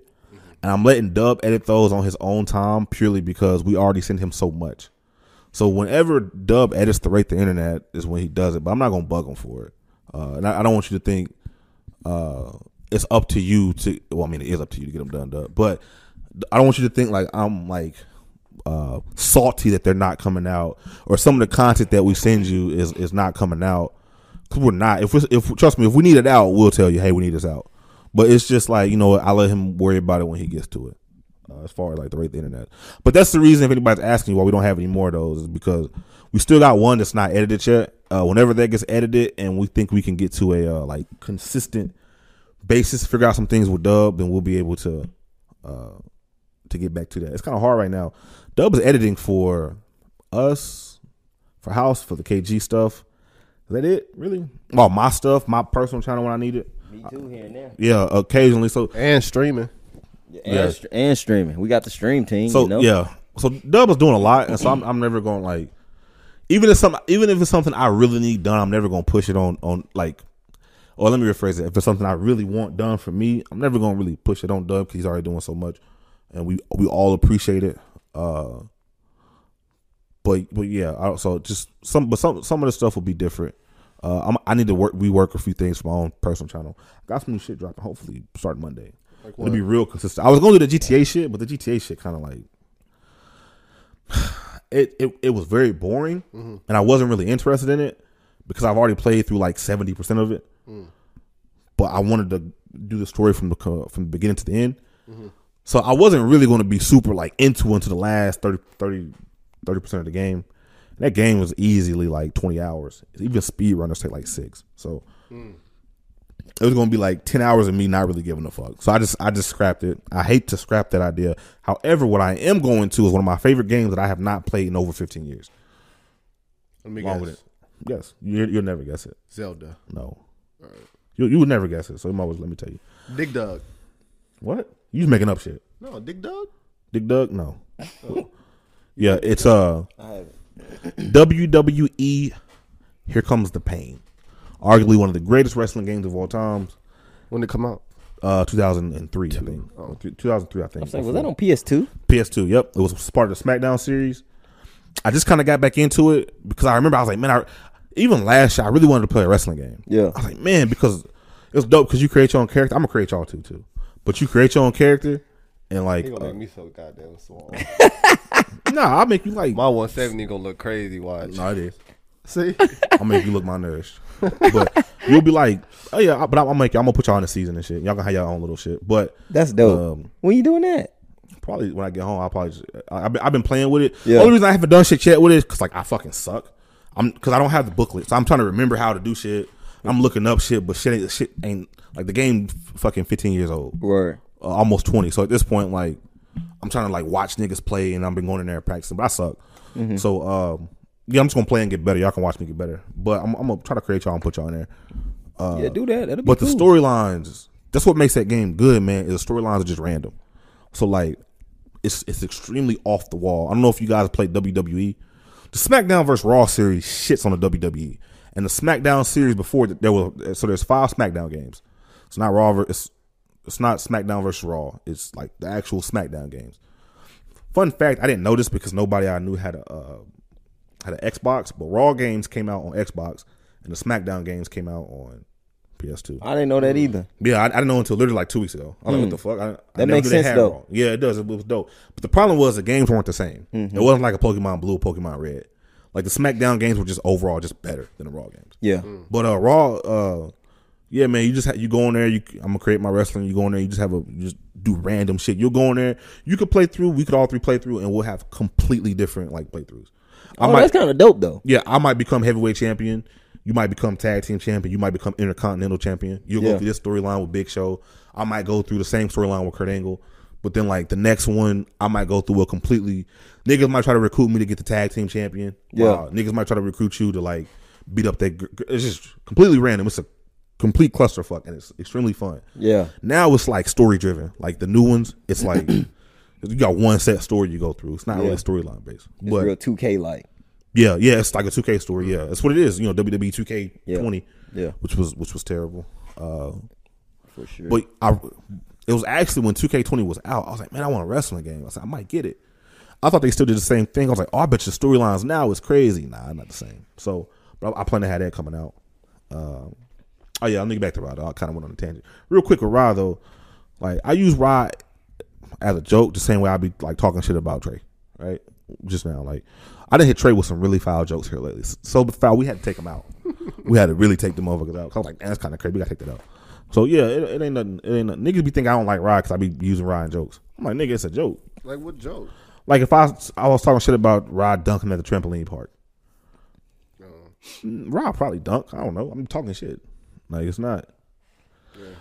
and I'm letting Dub edit those on his own time purely because we already sent him so much. So whenever Dub edits the rate the internet is when he does it, but I'm not gonna bug him for it, uh, and I, I don't want you to think uh, it's up to you to. Well, I mean it is up to you to get them done, Dub, but I don't want you to think like I'm like uh, salty that they're not coming out, or some of the content that we send you is is not coming out. Cause we're not. If we if trust me, if we need it out, we'll tell you, hey, we need this out. But it's just like you know, what, I let him worry about it when he gets to it. Uh, as far as like the rate the internet, but that's the reason if anybody's asking why we don't have any more of those is because we still got one that's not edited yet. Uh, whenever that gets edited, and we think we can get to a uh, like consistent basis, figure out some things with Dub, then we'll be able to uh, to get back to that. It's kind of hard right now. Dub is editing for us, for House, for the KG stuff. Is that it? Really? Well, my stuff, my personal channel when I need it. Me too here and there. Yeah, occasionally. So, And streaming. And, str- and streaming. We got the stream team. so you know? yeah. So Dub is doing a lot, and so I'm, I'm never going to like, even if some, even if it's something I really need done, I'm never going to push it on on like. Or let me rephrase it. If it's something I really want done for me, I'm never going to really push it on Dub because he's already doing so much, and we we all appreciate it. Uh, but but yeah, I, so just some but some some of the stuff will be different. Uh, I'm, I need to work rework a few things for my own personal channel. I got some new shit dropping. Hopefully, starting Monday. It'll be real consistent. I was gonna do the GTA shit, but the GTA shit kind of like it, it. It was very boring, and I wasn't really interested in it because I've already played through like seventy percent of it. But I wanted to do the story from the co- from the beginning to the end. So I wasn't really going to be super like into into the last 30 percent of the game. And that game was easily like twenty hours. Even speedrunners take like six. So it was going to be like ten hours of me not really giving a fuck. So I just I just scrapped it. I hate to scrap that idea. However, what I am going to is one of my favorite games that I have not played in over fifteen years. Let me Along guess. with it. Yes, you, you'll never guess it. Zelda. No, you you would never guess it. So you might as well let me tell you. Dig Dug. What you just making up shit? No, Dig Dug. Dick Doug? No. yeah, it's uh I have it. WWE Here Comes the Pain. Arguably one of the greatest wrestling games of all times. When it come out? Uh 2003, I think. Oh, Two- 2003, I think. I'm saying, was that on PS2? PS2. Yep, it was part of the SmackDown series. I just kind of got back into it because I remember I was like, man, I even last year I really wanted to play a wrestling game. Yeah. I was like, man, because it's dope because you create your own character. I'm gonna create y'all too, too. But you create your own character and like, He gonna uh, make me so goddamn small. nah, I'll make you like, My 170 gonna look crazy. Watch. no, it is. See, I'll make you look malnourished. But you'll be like, oh yeah, I- but I'm, I'm make I'm gonna put y'all in the season and shit. Y'all gonna have y'all own little shit. But That's dope. Um, when you doing that? probably when I get home, I'll probably just, I, I've been- I've been playing with it. Yeah. Only reason I haven't done shit yet with it is because like I fucking suck. I'm because I don't have the booklet, so I'm trying to remember how to do shit. I'm looking up shit, but shit ain't shit ain't like the game f- fucking 15 years old, uh, Word. almost 20. So at this point, like I'm trying to like watch niggas play, and I've been going in there and practicing, but I suck. So um, yeah, I'm just gonna play and get better. Y'all can watch me get better, but I'm, I'm gonna try to create y'all and put y'all in there. Uh, yeah, do that. That'll be But cool. the storylines That's what makes that game good, man. Is the storylines are just random. So like, it's it's extremely off the wall. I don't know if you guys played WWE. The SmackDown versus Raw series shits on the WWE, and the SmackDown series before there was so there's five SmackDown games. It's not Raw. ver- It's it's not SmackDown versus Raw. It's like the actual SmackDown games. Fun fact: I didn't know this because nobody I knew had a uh, had an Xbox, but Raw games came out on Xbox, and the SmackDown games came out on PS2. I didn't know that either. Yeah, I, I didn't know until literally like two weeks ago. I'm like, what the fuck? I, I Hmm. That never makes knew they sense, had though. Raw. Yeah, it does. It was dope. But the problem was the games weren't the same. Mm-hmm. It wasn't like a Pokemon Blue, Pokemon Red. Like the SmackDown games were just overall just better than the Raw games. Yeah. But uh, Raw, uh, yeah, man, you just ha- you go in there. You, I'm gonna create my wrestling. You go in there. You just have a you just do random shit. You'll go in there. You could play through. We could all three play through, and we'll have completely different like playthroughs. I Oh, might, that's kind of dope though. yeah, I might become heavyweight champion. You might become tag team champion. You might become intercontinental champion. You'll Yeah. go through this storyline with Big Show. I might go through the same storyline with Kurt Angle. But then, like the next one, I might go through a completely. Niggas might try to recruit me to get the tag team champion. Yeah. Wow. Niggas might try to recruit you to like beat up that. gr- gr- It's just completely random. It's a complete clusterfuck, and it's extremely fun. Yeah. Now it's like story driven. Like the new ones, it's like you got one set story you go through. It's not really storyline based. It's but real 2K like. yeah, yeah, it's like a 2K story. Yeah, that's what it is. You know, E WWE 2K20, Yeah. which was which was terrible. Uh, For sure. but I, it was actually when 2K20 was out, I was like, man, I want a wrestling game. I said, I might get it. I thought they still did the same thing. I was like, oh, I bet your storylines now is crazy. Nah, not the same. So, but I, I plan to have that coming out. Um, oh yeah, I'm get back to Rod. I kind of went on a tangent real quick with Rod though. Like I use Rod as a joke, the same way I be like talking shit about Trey, right? Just now, like I didn't hit Trey with some really foul jokes here lately. So foul, we had to take them out. we had to really take the motherfuckers out. 'Cause I was like, "Damn, that's kind of crazy. We gotta take that out. So yeah, it, it ain't nothing. It ain't nothing. Niggas be think I don't like Rod because I be using Rod in jokes. I'm like, nigga, it's a joke. Like what joke? Like if I I was talking shit about Rod dunking at the trampoline park. Uh-huh. Mm, Rod probably dunk. I don't know. I'm talking shit. Like it's not.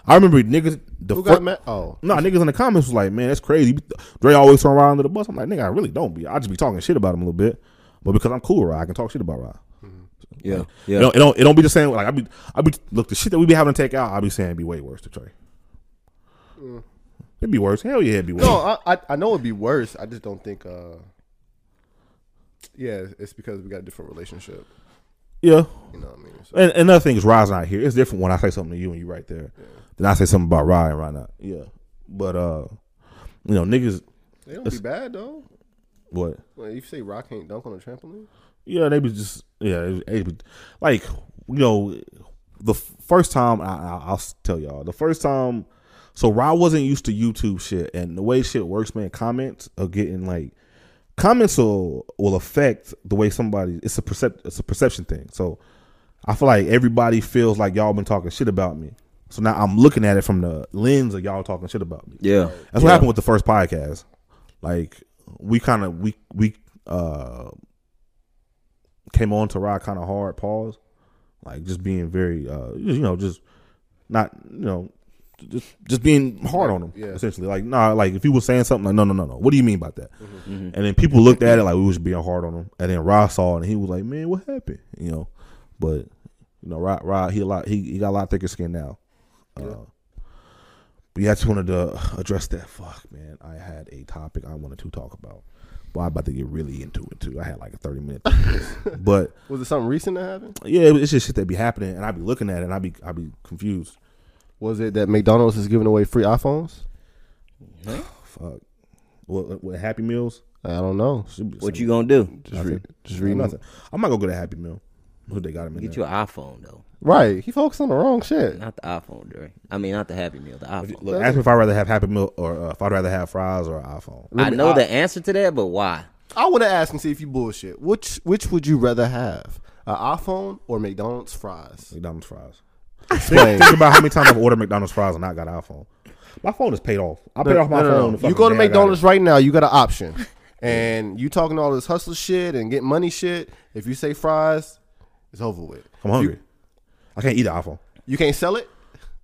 I remember niggas. The Who fir- got mad? Oh, no, niggas in the comments was like, man, that's crazy. You be- Dre always throw Rod under the bus. I'm like, nigga, I really don't be. I just be talking shit about him a little bit. But because I'm cool with Rod, I can talk shit about Rod. yeah. It, Yeah. don't, it don't it don't be the same. Like I be I be look the shit that we be having to take out, I be saying be way worse to Trey. It'd be worse. Hell yeah, it'd be worse. no, I, I I know it'd be worse. I just don't think. uh Yeah, it's because we got a different relationship. Yeah. You know what I mean? So, And another thing is Rod's not here. It's different when I say something to you and you right there. Then I say something about Rod and Rod not. Yeah. But uh you know, niggas they don't be bad though. what? Well, you say Rock can't dunk on a trampoline? Yeah, they was just yeah, they, they be- like you know, the f- first time I, I, I'll s- tell y'all the first time. So Rod wasn't used to YouTube shit, and the way shit works, man, comments are getting like comments will will affect the way somebody. It's a percept, it's a perception thing. So I feel like everybody feels like y'all been talking shit about me. So now I'm looking at it from the lens of y'all talking shit about me. Yeah. That's what happened with the first podcast. Like we kind of we we uh came on to Rod kind of hard pause, like just being very uh you know just not you know just just being hard on him Yeah. essentially. Like nah, like if he was saying something like no no no no, what do you mean about that? And then people looked at it like we was being hard on him, and then Rod saw it and he was like, man, what happened? You know, but you know Rod Rod he a lot he, he got a lot thicker skin now. Uh, but yeah, I just wanted to address that. Fuck, man. I had a topic I wanted to talk about. But I'm about to get really into it too. I had like a 30 minute. but Was it something recent that happened? yeah, it- it's just shit that be happening, and I be looking at it, and I be I be confused. Was it that McDonald's is giving away free iPhones? Fuck. What, what Happy Meals? I don't know. Should be What some- you gonna do? Just Nothing. read. Just reading. nothing. I might go get a Happy Meal. Who they got him in Get there. you an iPhone though. Right. He focused on the wrong shit. Not the iPhone, Dre. I mean, not the Happy Meal. The iPhone. Look, ask me if I'd rather have Happy Meal or uh, if I'd rather have fries or an iPhone. I know the answer to that, but why? I want to ask and see if you bullshit. Which which would you rather have, an iPhone or McDonald's fries? McDonald's fries. Explain. Think about how many times I've ordered McDonald's fries and not got an iPhone. My phone is paid off. I paid off my No, no, phone. no. the You fucking go day to I got it. McDonald's right now. You got an option, and you talking all this hustle shit and get money shit. If you say fries, it's over with. I'm hungry. I can't eat an iPhone. You can't sell it.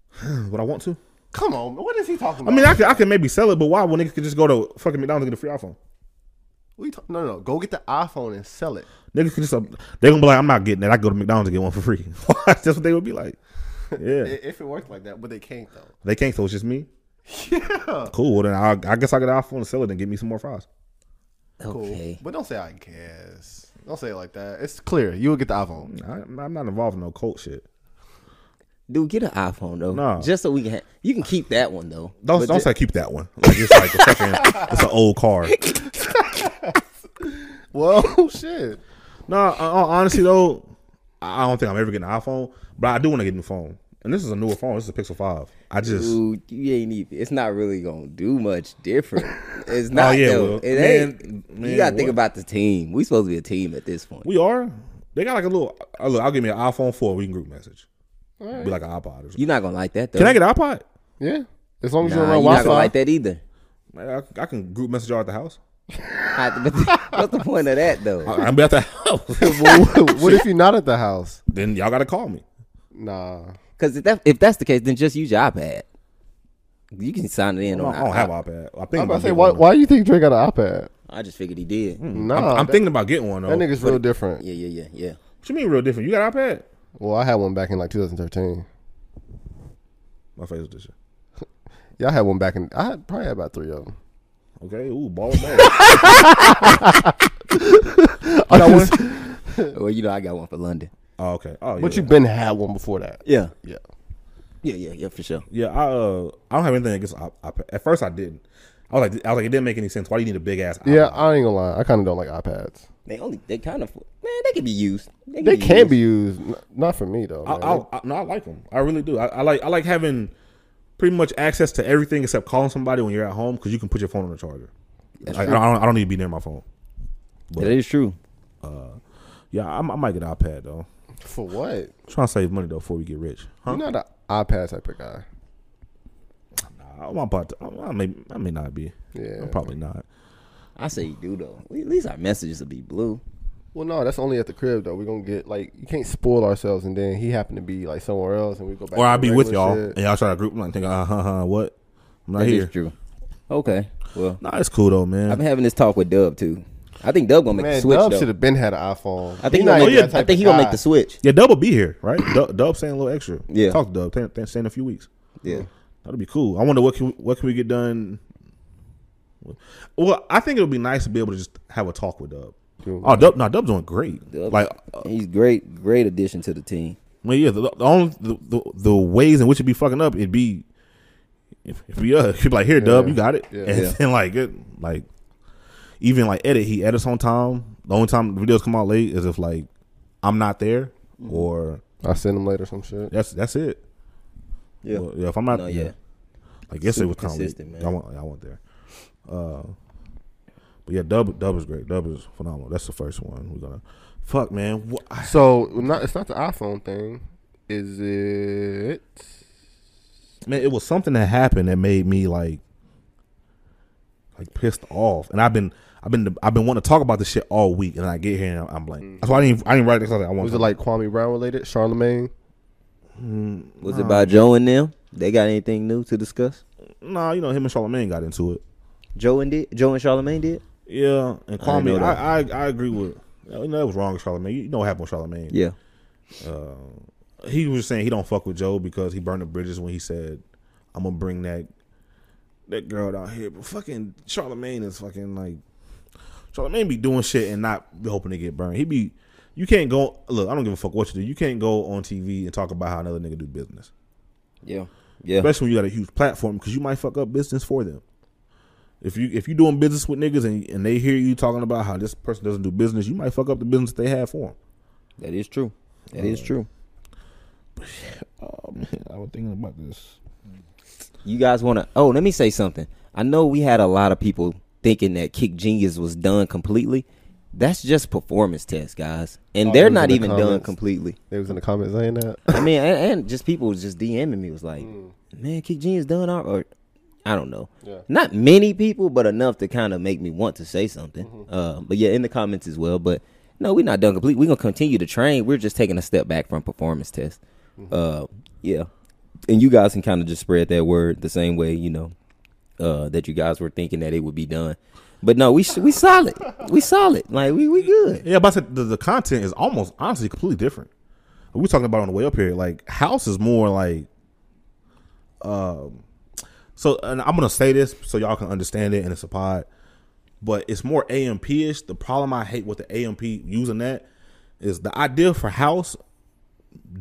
Would I want to? Come on, what is he talking I about? mean, I could, I could maybe sell it, but why? When niggas could just go to fucking McDonald's and get a free iPhone. What you talk- no, no, no. Go get the iPhone and sell it. Niggas could just, uh, they gonna be like, I'm not getting that. I go to McDonald's and get one for free. That's what they would be like. Yeah. I- if it worked like that, but they can't though. They can't, so it's just me. Yeah. Cool. Well, then I, I guess I get an iPhone and sell it and get me some more fries. Cool. Okay. But don't say I guess. Don't say it like that. It's clear. You will get the iPhone. I, I'm not involved in no cult shit. Dude, get an iPhone though. No. Just so we can. Ha- you can keep that one though. Don't But don't ju- say keep that one. Like it's like a fucking, it's an old car. Well, shit. No, uh, uh, honestly though, I I don't think I'm ever getting an iPhone, but I do want to get a new phone. And this is a newer phone. This is a Pixel Five. I just Dude, you ain't even. It's not really gonna do much different. It's not. Oh, yeah, though. well, It man- ain't. man, you gotta think what? about the team. We supposed to be a team at this point. we are. They got like a little. Uh, look, I'll give me an iPhone four. We can group message. Be like an iPod. Or something. You're not gonna like that though. Can I get an iPod? Yeah. As long as Nah, you're you're around Wi not gonna Fi. like that either. Man, I, I can group message y'all at the house. I- but what's the point of that though? I, I'm at the house. what if you're not at the house? then y'all gotta call me. Nah. Because if, that, if that's the case, then just use your iPad. You can sign it in No, on. I don't iPod. have an iPad. I think I'm about to say, getting why, one. why do you think Dre got an iPad? I just figured he did. Nah. I'm, I'm that, thinking about getting one though. that nigga's real different. Yeah, yeah, yeah, yeah. What you mean real different? You got an iPad? Well, I had one back in like 2013. My face is this shit. Yeah, I had one back in. I had, probably had about three of them. Okay, ooh, ball of ball. I got one. Well, you know, I got one for London. oh, okay. Oh, yeah. But you been had one before that. Yeah, Yeah. yeah, yeah, yeah, for sure. Yeah, I uh, I don't have anything against op- iPad. At first, I didn't. I was like, I was like, it didn't make any sense. Why do you need a big ass? iPad? Yeah, I ain't gonna lie. I kind of don't like iPads. They only, they kind of, man, they can be used. can They can used. be used. N- Not for me though. I, man. Oh, I, I, no, I like them. I really do. I, I like I like having pretty much access to everything except calling somebody when you're at home because you can put your phone on the charger. Like, I, don't, I don't need to be near my phone. That is true. Yeah, I, I might get an iPad though. for what? I'm trying to save money though before we get rich. Huh? You're not an iPad type of guy. Nah, I'm about to. I, I may I may not be. Yeah. I'm probably not. I say you do though. At least our messages will be blue. Well, no, that's only at the crib though. We're gonna get like you can't spoil ourselves, and then he happened to be like somewhere else, and we go back. Or to I'll be with regular y'all shit. and y'all try to group. I'm like, thinking, uh huh, huh, what? I'm not That is here. true. Okay. Well, Nah, it's cool though, man. I've been having this talk with Dub too. I think Dub gonna make the Man, switch Dub though. should have been had an iPhone. I think he not gonna, even make, that type I think he of gonna guy. make the switch. Yeah, Dub will be here, right? Dub, Dub saying a little extra. Yeah. talk to Dub. Th- th- saying a few weeks. Yeah. That'll be cool. I wonder what can what can we get done. Well, I think it'll be nice to be able to just have a talk with Dub. Dude. Oh, Dub, no, Dub's doing great. Dub- Like, he's great, great addition to the team. well, yeah, the, the only the, the, the ways in which it'd be fucking up, it'd be if, if we uh, it'd be like, here, Dub, you got it, Yeah. and Yeah. then like it, like even like edit, he edits on time. The only time the videos come out late is if like I'm not there or I'll send him later some shit. that's that's it. Yeah. Well, yeah, if I'm not, No, yeah. yeah. Like yesterday was Super kind of late. consistent, man. I want, I want there. Uh, but yeah, dub, dub is great. Dub is phenomenal. That's the first one we're gonna. Fuck, man. What? I- So not it's not the iPhone thing, is it? Man, it was something that happened that made me like, like pissed off. And I've been, I've been, I've been wanting to talk about this shit all week, and I get here and I'm like, that's why I didn't, I didn't write this. I was like, I want. Was it like Kwame Brown related? Charlemagne? Was it by Joe and them? They got anything new to discuss? Nah, you know, him and Charlamagne got into it. Joe and did. Joe and Charlemagne did. Yeah, and Kwame, know that. I, I, I agree with. You know, that was wrong with Charlamagne. You know what happened with Charlamagne? Yeah. he was saying he don't fuck with Joe because he burned the bridges when he said, "I'm gonna bring that that girl down here." But fucking Charlemagne is fucking like Charlemagne be doing shit and not be hoping to get burned. He be you can't go look. I don't give a fuck what you do. You can't go on TV and talk about how another nigga do business, Yeah. Yeah. especially when you got a huge platform because you might fuck up business for them. If you if you doing business with niggas and and they hear you talking about how this person doesn't do business, you might fuck up the business they have for them. That is true. That is true. Oh man, I was thinking about this. You guys want to? Oh, let me say something. I know we had a lot of people thinking that Kick Genius was done completely. That's just performance tests, guys, Oh, and it they're was not in the even done comments. completely. It was in the comments saying that. I mean, and, and just people was just DMing me was like, "Man, Kick Genius done," or, or I don't know. Yeah. Not many people, but enough to kind of make me want to say something. Uh, but yeah, in the comments as well. But no, we're not done complete. We're gonna continue to train. We're just taking a step back from performance test. Uh, yeah, and you guys can kind of just spread that word the same way you know uh, that you guys were thinking that it would be done. But no, we sh- we solid. We solid. Like we we good. Yeah, but I said the, the content is almost honestly completely different. we were talking about on the way up here. Like house is more like, um, so and I'm gonna say this so y'all can understand it, and it's a pod, but it's more AMP ish. The problem I hate with the AMP using that is the idea for house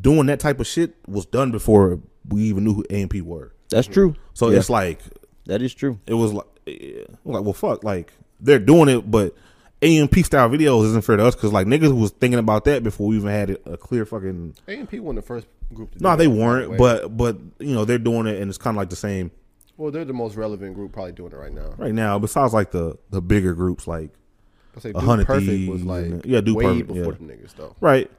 doing that type of shit was done before we even knew who AMP were. That's true. So Yeah. it's like that is true. it was like, eh, like well, fuck, like they're doing it, but AMP style videos isn't fair to us because like niggas was thinking about that before we even had a a clear fucking. A and P wasn't the first group. to No, do they it, weren't, by the way. but but you know they're doing it, and it's kind of like the same well, they're the most relevant group probably doing it right now. right now. Besides like the the bigger groups, like I say A hundred Dude Perfect was Thieves like and- yeah, Dude way Perfect, before yeah. the niggas though. right,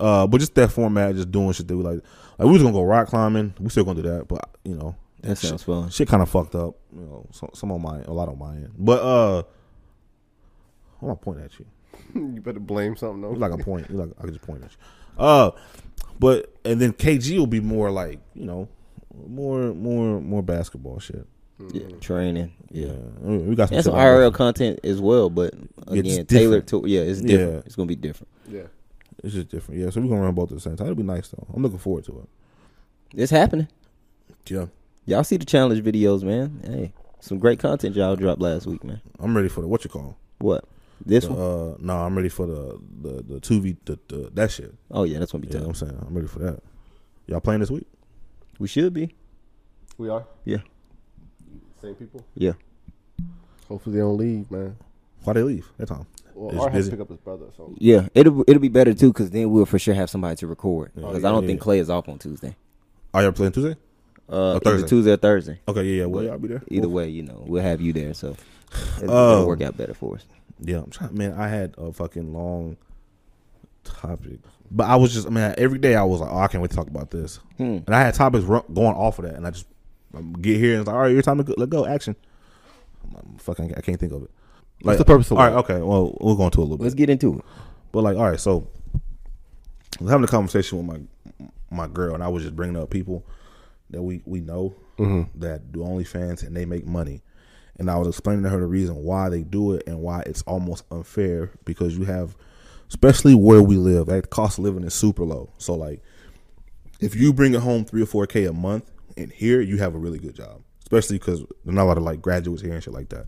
uh, but just that format, just doing shit that we like. Like we was gonna go rock climbing, we still gonna do that, but you know That sounds fun. shit kind of fucked up. You know, some, some on my a lot on my end, but uh, I'm not pointing at you. you better blame something though. It was like a point. It was like I could just point at you. Uh, but and then KG will be more like you know, more more more basketball shit. Yeah, training. Yeah, I mean, we got some. That's shit some like that. IRL content as well, but Yeah, just again, tailored different. to yeah, it's Yeah. different. It's gonna be different. Yeah, It's just different. Yeah, so we're gonna run both at the same time. It'll be nice though. I'm looking forward to it. It's happening. Yeah, Y'all see the challenge videos, man. Hey, some great content y'all dropped last week, man. I'm ready for the what you call. What? This The, one? uh, no, I'm ready for the the the two v the, the that shit. Oh yeah, that's gonna be Yeah, tough. I'm saying I'm ready for that. Y'all playing this week? We should be. we are. Yeah. Same people. Yeah. Hopefully they don't leave, man. Why they leave that time? It's Well, Art has busy. to pick up his brother. So Yeah. It'll it'll be better too, cause then we'll for sure have somebody to record. Because Oh, yeah, I don't yeah. think Clay is off on Tuesday. Are y'all playing Tuesday? Uh, Or either Thursday. Tuesday or Thursday. Okay, yeah, yeah. Well, y'all be there. Either way, you know, we'll have you there, so it'll, Um, it'll work out better for us. Yeah, I'm trying. Man, I had a fucking long topic, but I was just man. Every day I was like, oh, I can't wait to talk about this, Hmm. and I had topics ru- going off of that, and I just um, get here and it's like, all right, your time to go, let go action. I'm, I'm fucking, I can't think of it. What's the purpose of all right, it? okay. Well, we'll go into it a little Let's bit, get into it. but like, all right, so I was having a conversation with my my girl, and I was just bringing up people that we we know that do OnlyFans and they make money. And I was explaining to her the reason why they do it and why it's almost unfair because you have, especially where we live, that cost of living is super low. So like, if you bring it home three or four k a month, and here you have a really good job, especially because there's not a lot of like graduates here and shit like that.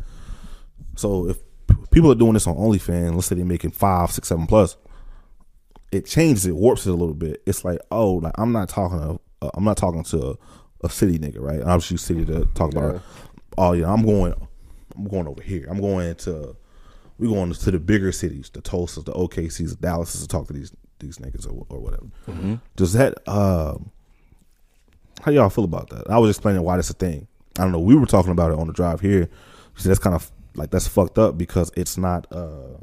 So if p- people are doing this on OnlyFans, let's say they're making five, six, seven plus, it changes it, warps it a little bit. It's like, oh, like I'm not talking to, uh, I'm not talking to a, a city nigga, right? And obviously, city to talk about. Oh yeah, I'm going, I'm going over here. I'm going to, we're going to the bigger cities, the Tulsas, the OKCs, the Dallases, to talk to these these niggas or, or whatever. Does that, um, how y'all feel about that? I was explaining why that's a thing. I don't know. We were talking about it on the drive here. So that's kind of like that's fucked up because it's not. uh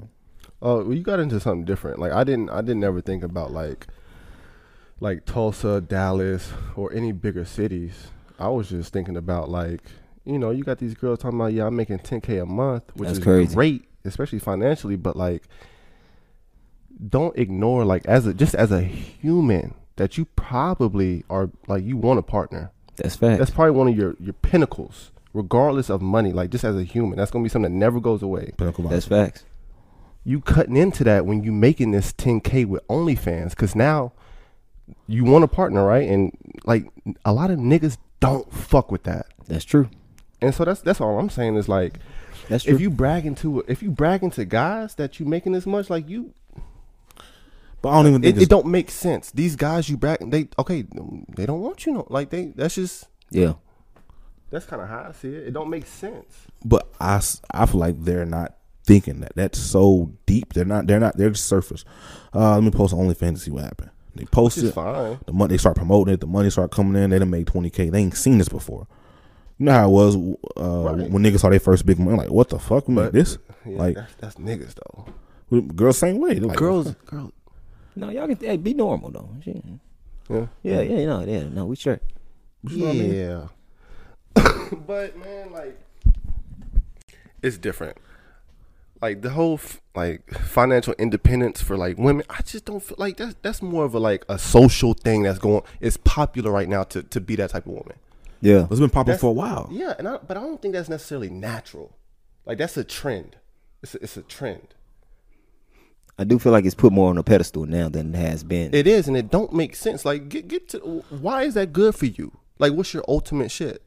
Oh, well, you got into something different. Like I didn't, I didn't ever think about like, like Tulsa, Dallas, or any bigger cities. I was just thinking about like, you know, you got these girls talking about, yeah, I'm making 10k a month, which That's is crazy. great, especially financially. But like, don't ignore like as a just as a human that you probably are like you want a partner. That's fact. That's probably one of your your pinnacles, regardless of money. Like just as a human, that's gonna be something that never goes away pinnacle That's facts. you cutting into that when you making this 10k with OnlyFans because now you want a partner, right? And like a lot of niggas don't fuck with that, That's true. and so that's that's all I'm saying is like That's true. if you bragging to if you bragging to guys that you making this much, like you But I don't even think it, it's it don't make sense. These guys you brag they okay they don't want you no like they that's just yeah. that's kind of how I see it. It don't make sense. but I, s- I feel like they're not thinking that. That's so deep. They're not. They're not. They're just surface. Uh, let me post OnlyFans and see what happened. They post It's it. fine. The money they start promoting it. The money start coming in. They done made twenty k. They ain't seen this before. You know how it was uh, Right. when niggas saw their first big money. Like what the fuck? We made this. Yeah, like that's, that's niggas though. girls same way. They're Like, Girls, girl, No, y'all can hey, be normal though. She- yeah. Yeah, yeah, you know, yeah, no, we sure. Yeah. but man, like it's different. Like the whole f- like financial independence for like women, I just don't feel like that's that's more of a like a social thing that's going. It's popular right now to to be that type of woman. Yeah, It's been popping for a while. Yeah, and I, but I don't think that's necessarily natural. Like that's a trend. It's a, it's a trend. I do feel like it's put more on a pedestal now than it has been. It is, and it don't make sense. Like, get get to why is that good for you? Like, what's your ultimate shit?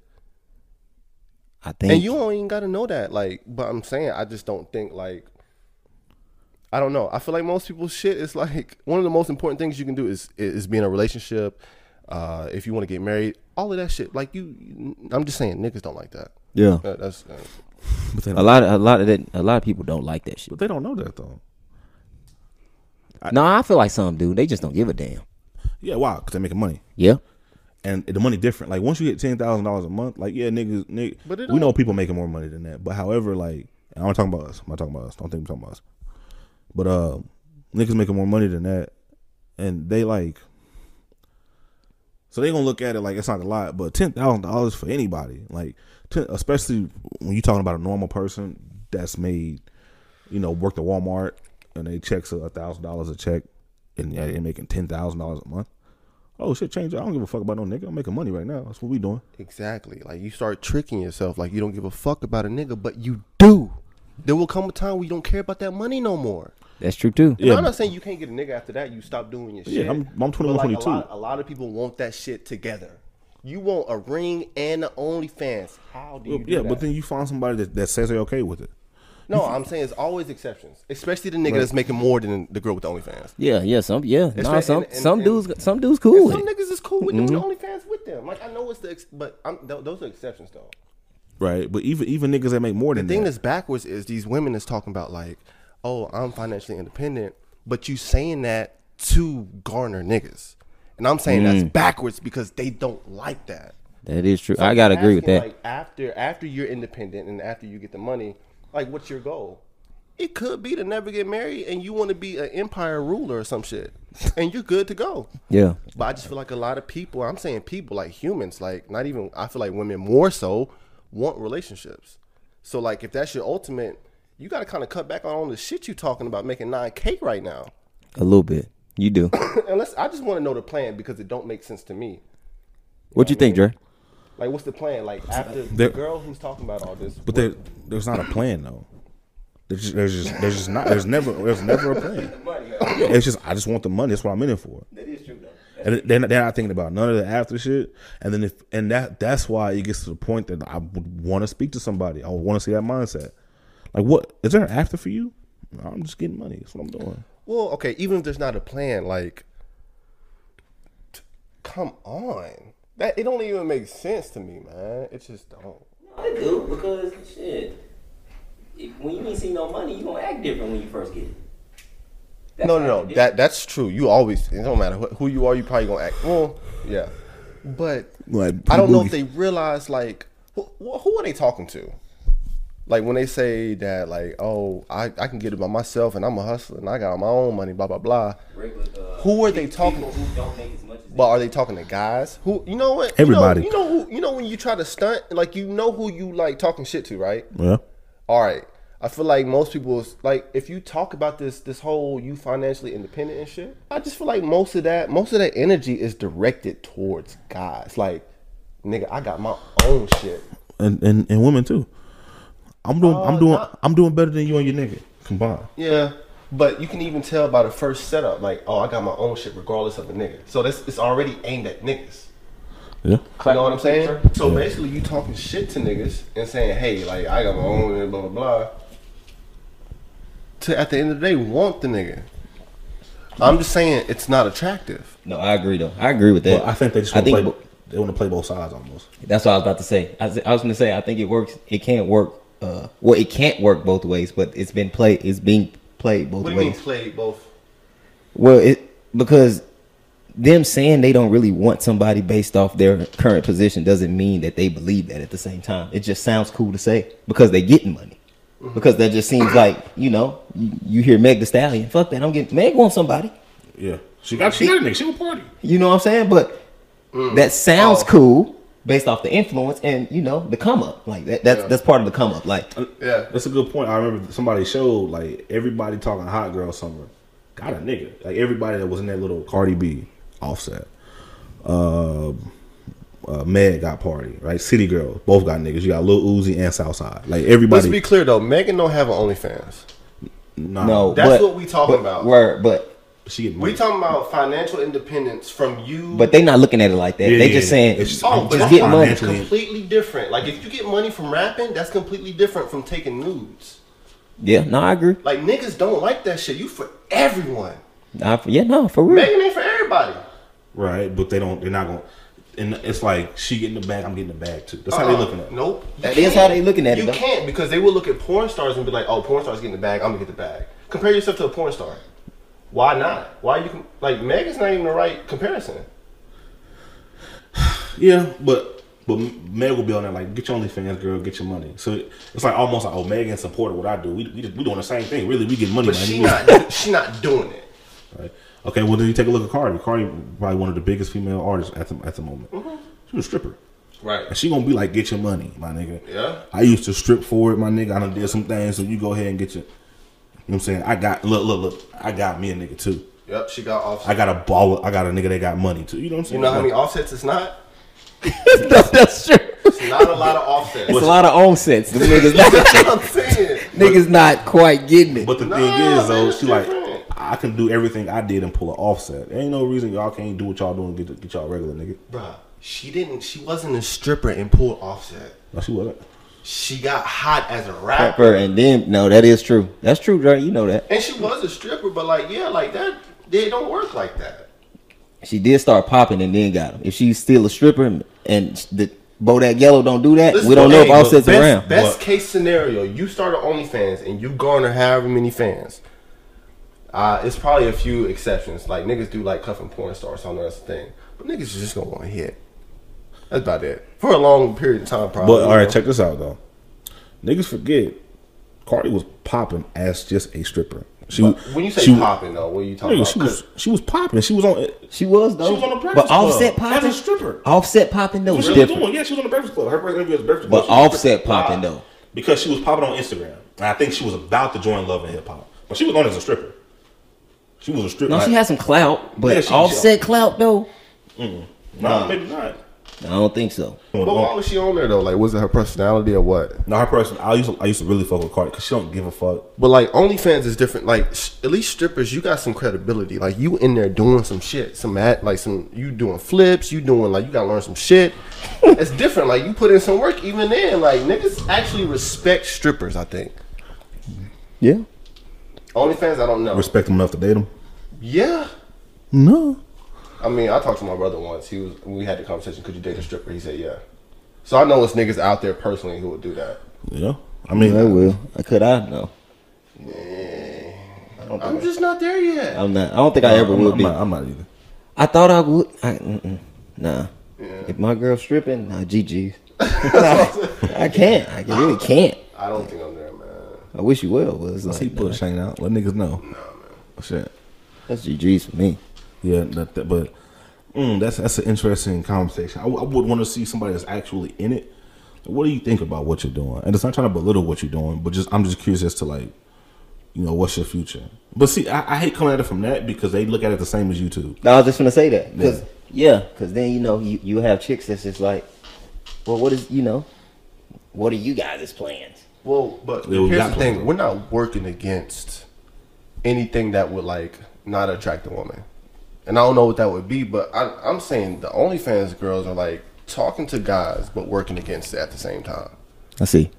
I think and you don't even gotta know that. Like, but I'm saying, I just don't think like. I don't know. I feel like most people's shit is like one of the most important things you can do is is be in a relationship. Uh, if you want to get married, all of that shit. Like you, I'm just saying, niggas don't like that. yeah. Uh, that's uh, But they, A don't, lot of a lot of that a lot of people don't like that shit. but they don't know that though. No, I feel like some do. They just don't give a damn. Yeah, why? Because they're making money. Yeah. and the money different. Like once you hit ten thousand dollars a month, like yeah, niggas, nigga, But it we know don't- people making more money than that. But however, like and I'm not talking about us. I'm not talking about us. Don't think I'm talking about us. But uh, niggas making more money than that, and they like, so they gonna look at it like it's not a lot, but ten thousand dollars for anybody, like ten, especially when you talking about a normal person that's made, you know, worked at Walmart and they checks a thousand dollars a check, and yeah, they making ten thousand dollars a month. Oh shit, change. I don't give a fuck about no nigga. I'm making money right now. That's what we doing. exactly. Like you start tricking yourself. Like you don't give a fuck about a nigga, but you do. There will come a time where you don't care about that money no more. That's true too. And Yeah. I'm not saying you can't get a nigga after that. You stop doing your shit. Yeah, I'm- I'm 21, But, 22. A lot, a lot of people want that shit together. You want a ring and the OnlyFans. How do you? do yeah, but that? then you find somebody that, that says they're okay with it. no, I'm saying it's always exceptions, especially the nigga that's making more than the girl with the OnlyFans. Yeah, yeah, some yeah. Nah, been- some and- and- some and- dudes some dudes cool And with some it. niggas is cool with doing the Mm-hmm. OnlyFans with them. Like I know it's the, ex- but I'm, th- those are exceptions though. Right. But even even niggas that make more than The thing that. that's backwards is these women is talking about like, oh, I'm financially independent, but you saying that to garner niggas, and I'm saying Mm. that's backwards because they don't like that. That is true. So I I'm gotta agree with asking, that. Like after after you're independent and after you get the money, like what's your goal? It could be to never get married and you want to be an empire ruler or some shit, and you're good to go. yeah. But I just feel like a lot of people, I'm saying people like humans, like not even I feel like women more so want relationships. So like if that's your ultimate, you got to kind of cut back on all the shit you talking about making nine k right now. A little bit. You do. Unless I just want to know the plan because it don't make sense to me. What you think, Dre? Like what's the plan? Like after the There- girl who's talking about all this, but there, there's not a plan though. There's just, there's just there's just not there's never there's never a plan. Yeah, it's just I just want the money. That's what I'm in it for. that is true though. And they're not, they're not thinking about none of the after shit. And then if and that that's why it gets to the point that I would want to speak to somebody. I would want to see that mindset. Like what is there an after for you? No, I'm just getting money. That's what I'm doing. Well, okay, even if there's not a plan, like, t- come on, that it don't even make sense to me, man. It just don't. I do because shit. If, when you ain't seen no money, you gonna act different when you first get it. That's no, no, how no. it That that's true. You always. It don't matter who, who you are. You probably gonna act. Well, yeah. But Like, I don't know movie. if they realize like who, who are they talking to? Like when they say that like oh I, I can get it by myself and I'm a hustler and I got my own money blah blah blah. Regular, uh, Who are they talking? people who don't make as much as they But are they talking to guys? Who you know what? Everybody. You know, you know who you know when you try to stunt like you know who you like talking shit to right? Yeah. all right i feel like most people is- like if you talk about this this whole you financially independent and shit i just feel like most of that most of that energy is directed towards guys like nigga i got my own shit and and, and women too. I'm doing I'm doing Uh, not- I'm doing better than you and your nigga combined. yeah but you can even tell by the first setup like oh i got my own shit regardless of the nigga so this it's already aimed at niggas Yeah. You know what I'm saying? So basically, you talking shit to niggas and saying, "Hey, like I got my own and blah blah blah." To at the end of the day, want the nigga. I'm just saying it's not attractive. No, I agree though. I agree with that. But I think they just I want to think play. they want to play both sides almost. that's what I was about to say. I was, I was gonna say I think it works. It can't work. Uh, well, it can't work both ways, but it's been played. It's being played both What do you ways. mean played both? Well, it because them saying they don't really want somebody based off their current position doesn't mean that they believe that at the same time. It just sounds cool to say because they getting money. Mm-hmm. Because that just seems like you know you, you hear Meg the Stallion. Fuck that! I'm getting Meg wants somebody. Yeah. She got she got a nigga. She will party. You know what I'm saying? But that sounds Oh. cool based off the influence and you know the come up. Like that, that's Yeah. that's part of the come up. Like Yeah. That's a good point. I remember somebody showed like everybody talking hot girl summer. Got a nigga. Like everybody that was in that little Cardi B offset. Um uh, Meg got party, right? City girls, both got niggas. You got Lil Uzi and Southside. Like Let's everybody, be clear though, Megan don't have an OnlyFans. No, That's but- what we talking but- about. Word, but She getting We talking about financial independence from you. but they not looking at it like that. Yeah, they yeah, just yeah. saying It's just- oh, I'm just but that's getting money. financially- completely different. Like if you get money from rapping, that's completely different from taking nudes. Yeah, no, I agree. Like niggas don't like that shit. You for everyone. Nah, for, yeah, no, Hmm. for real. Megan ain't for everybody. right? But they don't. They're not going. to And it's like she getting the bag. I'm getting the bag too. That's how they Uh-uh. looking at. it. Nope. You That is can't. how they looking at it, You though. can't because they will look at porn stars and be like, "Oh, porn stars getting the bag. I'm gonna get the bag." Compare yourself to a porn star. Why not? Why you com- like Megan's not even the right comparison. Yeah, but but Meg will be on there like, get your OnlyFans, girl, get your money. So it's like almost like, oh, Megan supported what I do. We we, just, we doing the same thing. Really, we get money. But man. she We- not. she not doing it. Right. Okay, well then you take a look at Cardi. Cardi probably one of the biggest female artists at the at the moment. She was a stripper. Right. And she gonna be like, get your money, my nigga. Yeah. I used to strip for it, my nigga. I done did some things, so you go ahead and get your you know what I'm saying? I got look, look, look, I got me a nigga too. Yep. She got offsets. I got a ball I got a nigga that got money too. You know what I'm saying? you know how many offsets it's not. that's, that's true. It's It's not a lot of offsets. a lot of offsets. Them niggas, That's not, what I'm saying. niggas not quite getting it. But the Nah, thing is though, man, she like different. I can do everything I did and pull an offset. There ain't no reason y'all can't do what y'all doing and get, get y'all regular nigga. Bruh, she didn't. She wasn't a stripper and pulled offset. No, she wasn't. She got hot as a rapper, Pepper and then no, that is true. That's true, Dre. You know that and she was a stripper. But like, yeah, like that. They don't work like that. she did start popping and then got him. If she's still a stripper and, and the Bodak Yellow don't do that, Listen, we don't know if hey, but offsets best, around. Best What? case scenario, you start an OnlyFans and you garner however many fans. Uh, it's probably a few exceptions. Like niggas do like cuffing porn stars, so I know that's the thing. But niggas is just gonna want to hit. That's about it for a long period of time. Probably. But all you right, know? check this out though. Niggas forget Cardi was popping as just a stripper. She When you say she, popping though, what are you talking nigga, she about? was she was popping. She was on she She was though. was on the Breakfast but Club offset as popping, a stripper. offset popping though was What she was different. doing? Yeah, she was on the Breakfast Club. Her first interview was Breakfast But Club. She was a Offset stripper. popping, Why? though. because she was popping on Instagram. And I think she was about to join Love and Hip Hop, but she was on as a stripper. She was a stripper. No, she had some clout, but Yeah, she- offset clout though. no, maybe not. I don't think so. But why was she on there though? Like, was it her personality or what? No, her person. I used to, I used to really fuck with Cardi because she don't give a fuck. But like, OnlyFans is different. Like, s- at least strippers, you got some credibility. Like, you in there doing some shit, some at like some you doing flips, you doing like you gotta learn some shit. it's different. Like, you put in some work even then. Like, niggas actually respect strippers. I think Yeah. OnlyFans, I don't know. Respect them enough to date them. yeah. No, I mean, I talked to my brother once. He was we had the conversation. Could you date a stripper? He said, yeah. So I know it's niggas out there personally who would do that. yeah. I mean, I will. I could I? No. I'm just not there yet. I'm not. I don't think I ever I'm, will I'm be. not, I'm not either. I thought I would. I, mm-mm, nah. If my girl stripping, nah, GG. I can't. I really can't. I don't think I'm there, man. I wish you will, but it's Let's see like, nah, push hanging out. Let niggas know. Oh, Shit. that's GG's for me. Yeah, that, that, but mm, that's that's an interesting conversation. I, w- I would want to see somebody that's actually in it. What do you think about what you're doing? And it's not trying to belittle what you're doing, but just I'm just curious as to like, you know, what's your future? But see, I, I hate coming at it from that because they look at it the same as YouTube. No, I was just gonna say that. Cause, yeah, because then you know you, you have chicks that's just like, well, what is you know, what are you guys' plans? Well, but Yeah, we here's got the thing: one. we're not working against anything that would like not attract a woman, and I don't know what that would be. But I, I'm saying the OnlyFans girls are like talking to guys, but working against it at the same time. I see.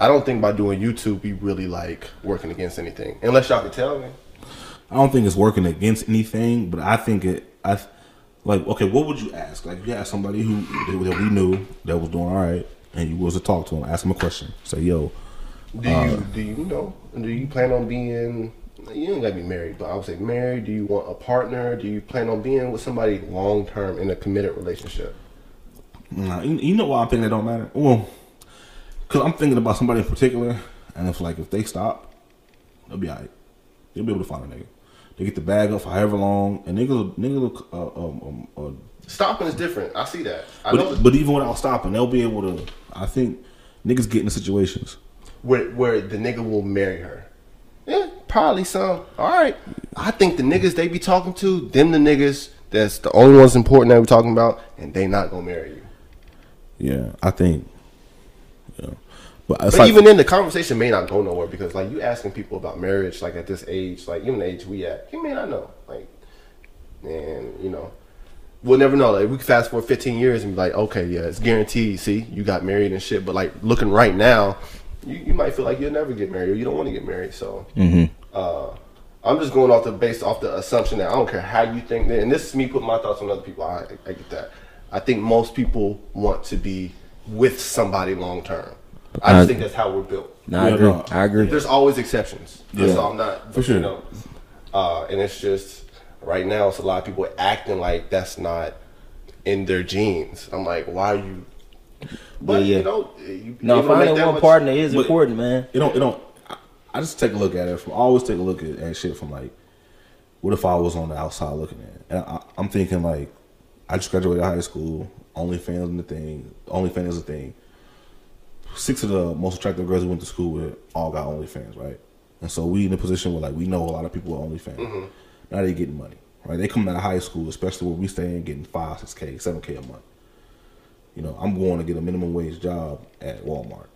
I don't think by doing YouTube we really like working against anything, unless y'all can tell me. I don't think it's working against anything, but I think it. I th- like okay, what would you ask? Like you ask somebody who that we knew that was doing all right, and you was to talk to them, ask them a question, say, "Yo, Do you do you know? Do you plan on being? You don't gotta be married, but I would say married. Do you want a partner? Do you plan on being with somebody long term in a committed relationship? Nah, you, you know why I'm thinking it don't matter. Well, because I'm thinking about somebody in particular, and if like if they stop, they'll be alright. They'll be able to find a nigga. They get the bag up for however long, and niggas, will- niggas, will, uh, um, um, uh, Stopping is different. I see that. I know. but, but even without stopping, they'll be able to. I think niggas get into situations. where where the nigga will marry her. Yeah, probably some. All right. I think the niggas they be talking to, them the niggas that's the only ones important that we talking about, and they not gonna marry you. Yeah, I think. Yeah, But, it's But like, even then, the conversation may not go nowhere because, like, you asking people about marriage, like at this age, like even the age we at, you may not know, like, and you know, we'll never know. Like, we could fast forward 15 years and be like, okay, yeah, it's guaranteed. See, you got married and shit. But like, looking right now, you, you might feel like you'll never get married or you don't want to get married. So, uh, I'm just going off the based off the assumption that I don't care how you think that, and this is me putting my thoughts on other people. I, I get that. I think most people want to be with somebody long term. I just I- think that's how we're built. No, I Yeah, agree. no. I agree. There's always exceptions. That's all I'm not. For For sure. sure. You know, uh, and it's just right now, it's a lot of people acting like that's not in their genes. I'm like, why are you? But Yeah, yeah. you know, you No, you don't make finding that one much- partner is But- important, man. you don't, you don't. I, I just take a look at it from. I always take a look at, at shit from like, what if I was on the outside looking at? it? And I, I'm thinking like, I just graduated high school. OnlyFans and the thing. OnlyFans is a thing. Six of the most attractive girls we went to school with all got OnlyFans, right? And so we in a position where like we know a lot of people with OnlyFans. Now they getting money, right? They coming out of high school, especially where we staying, getting five, six k, seven k a month. You know, I'm going to get a minimum wage job at Walmart.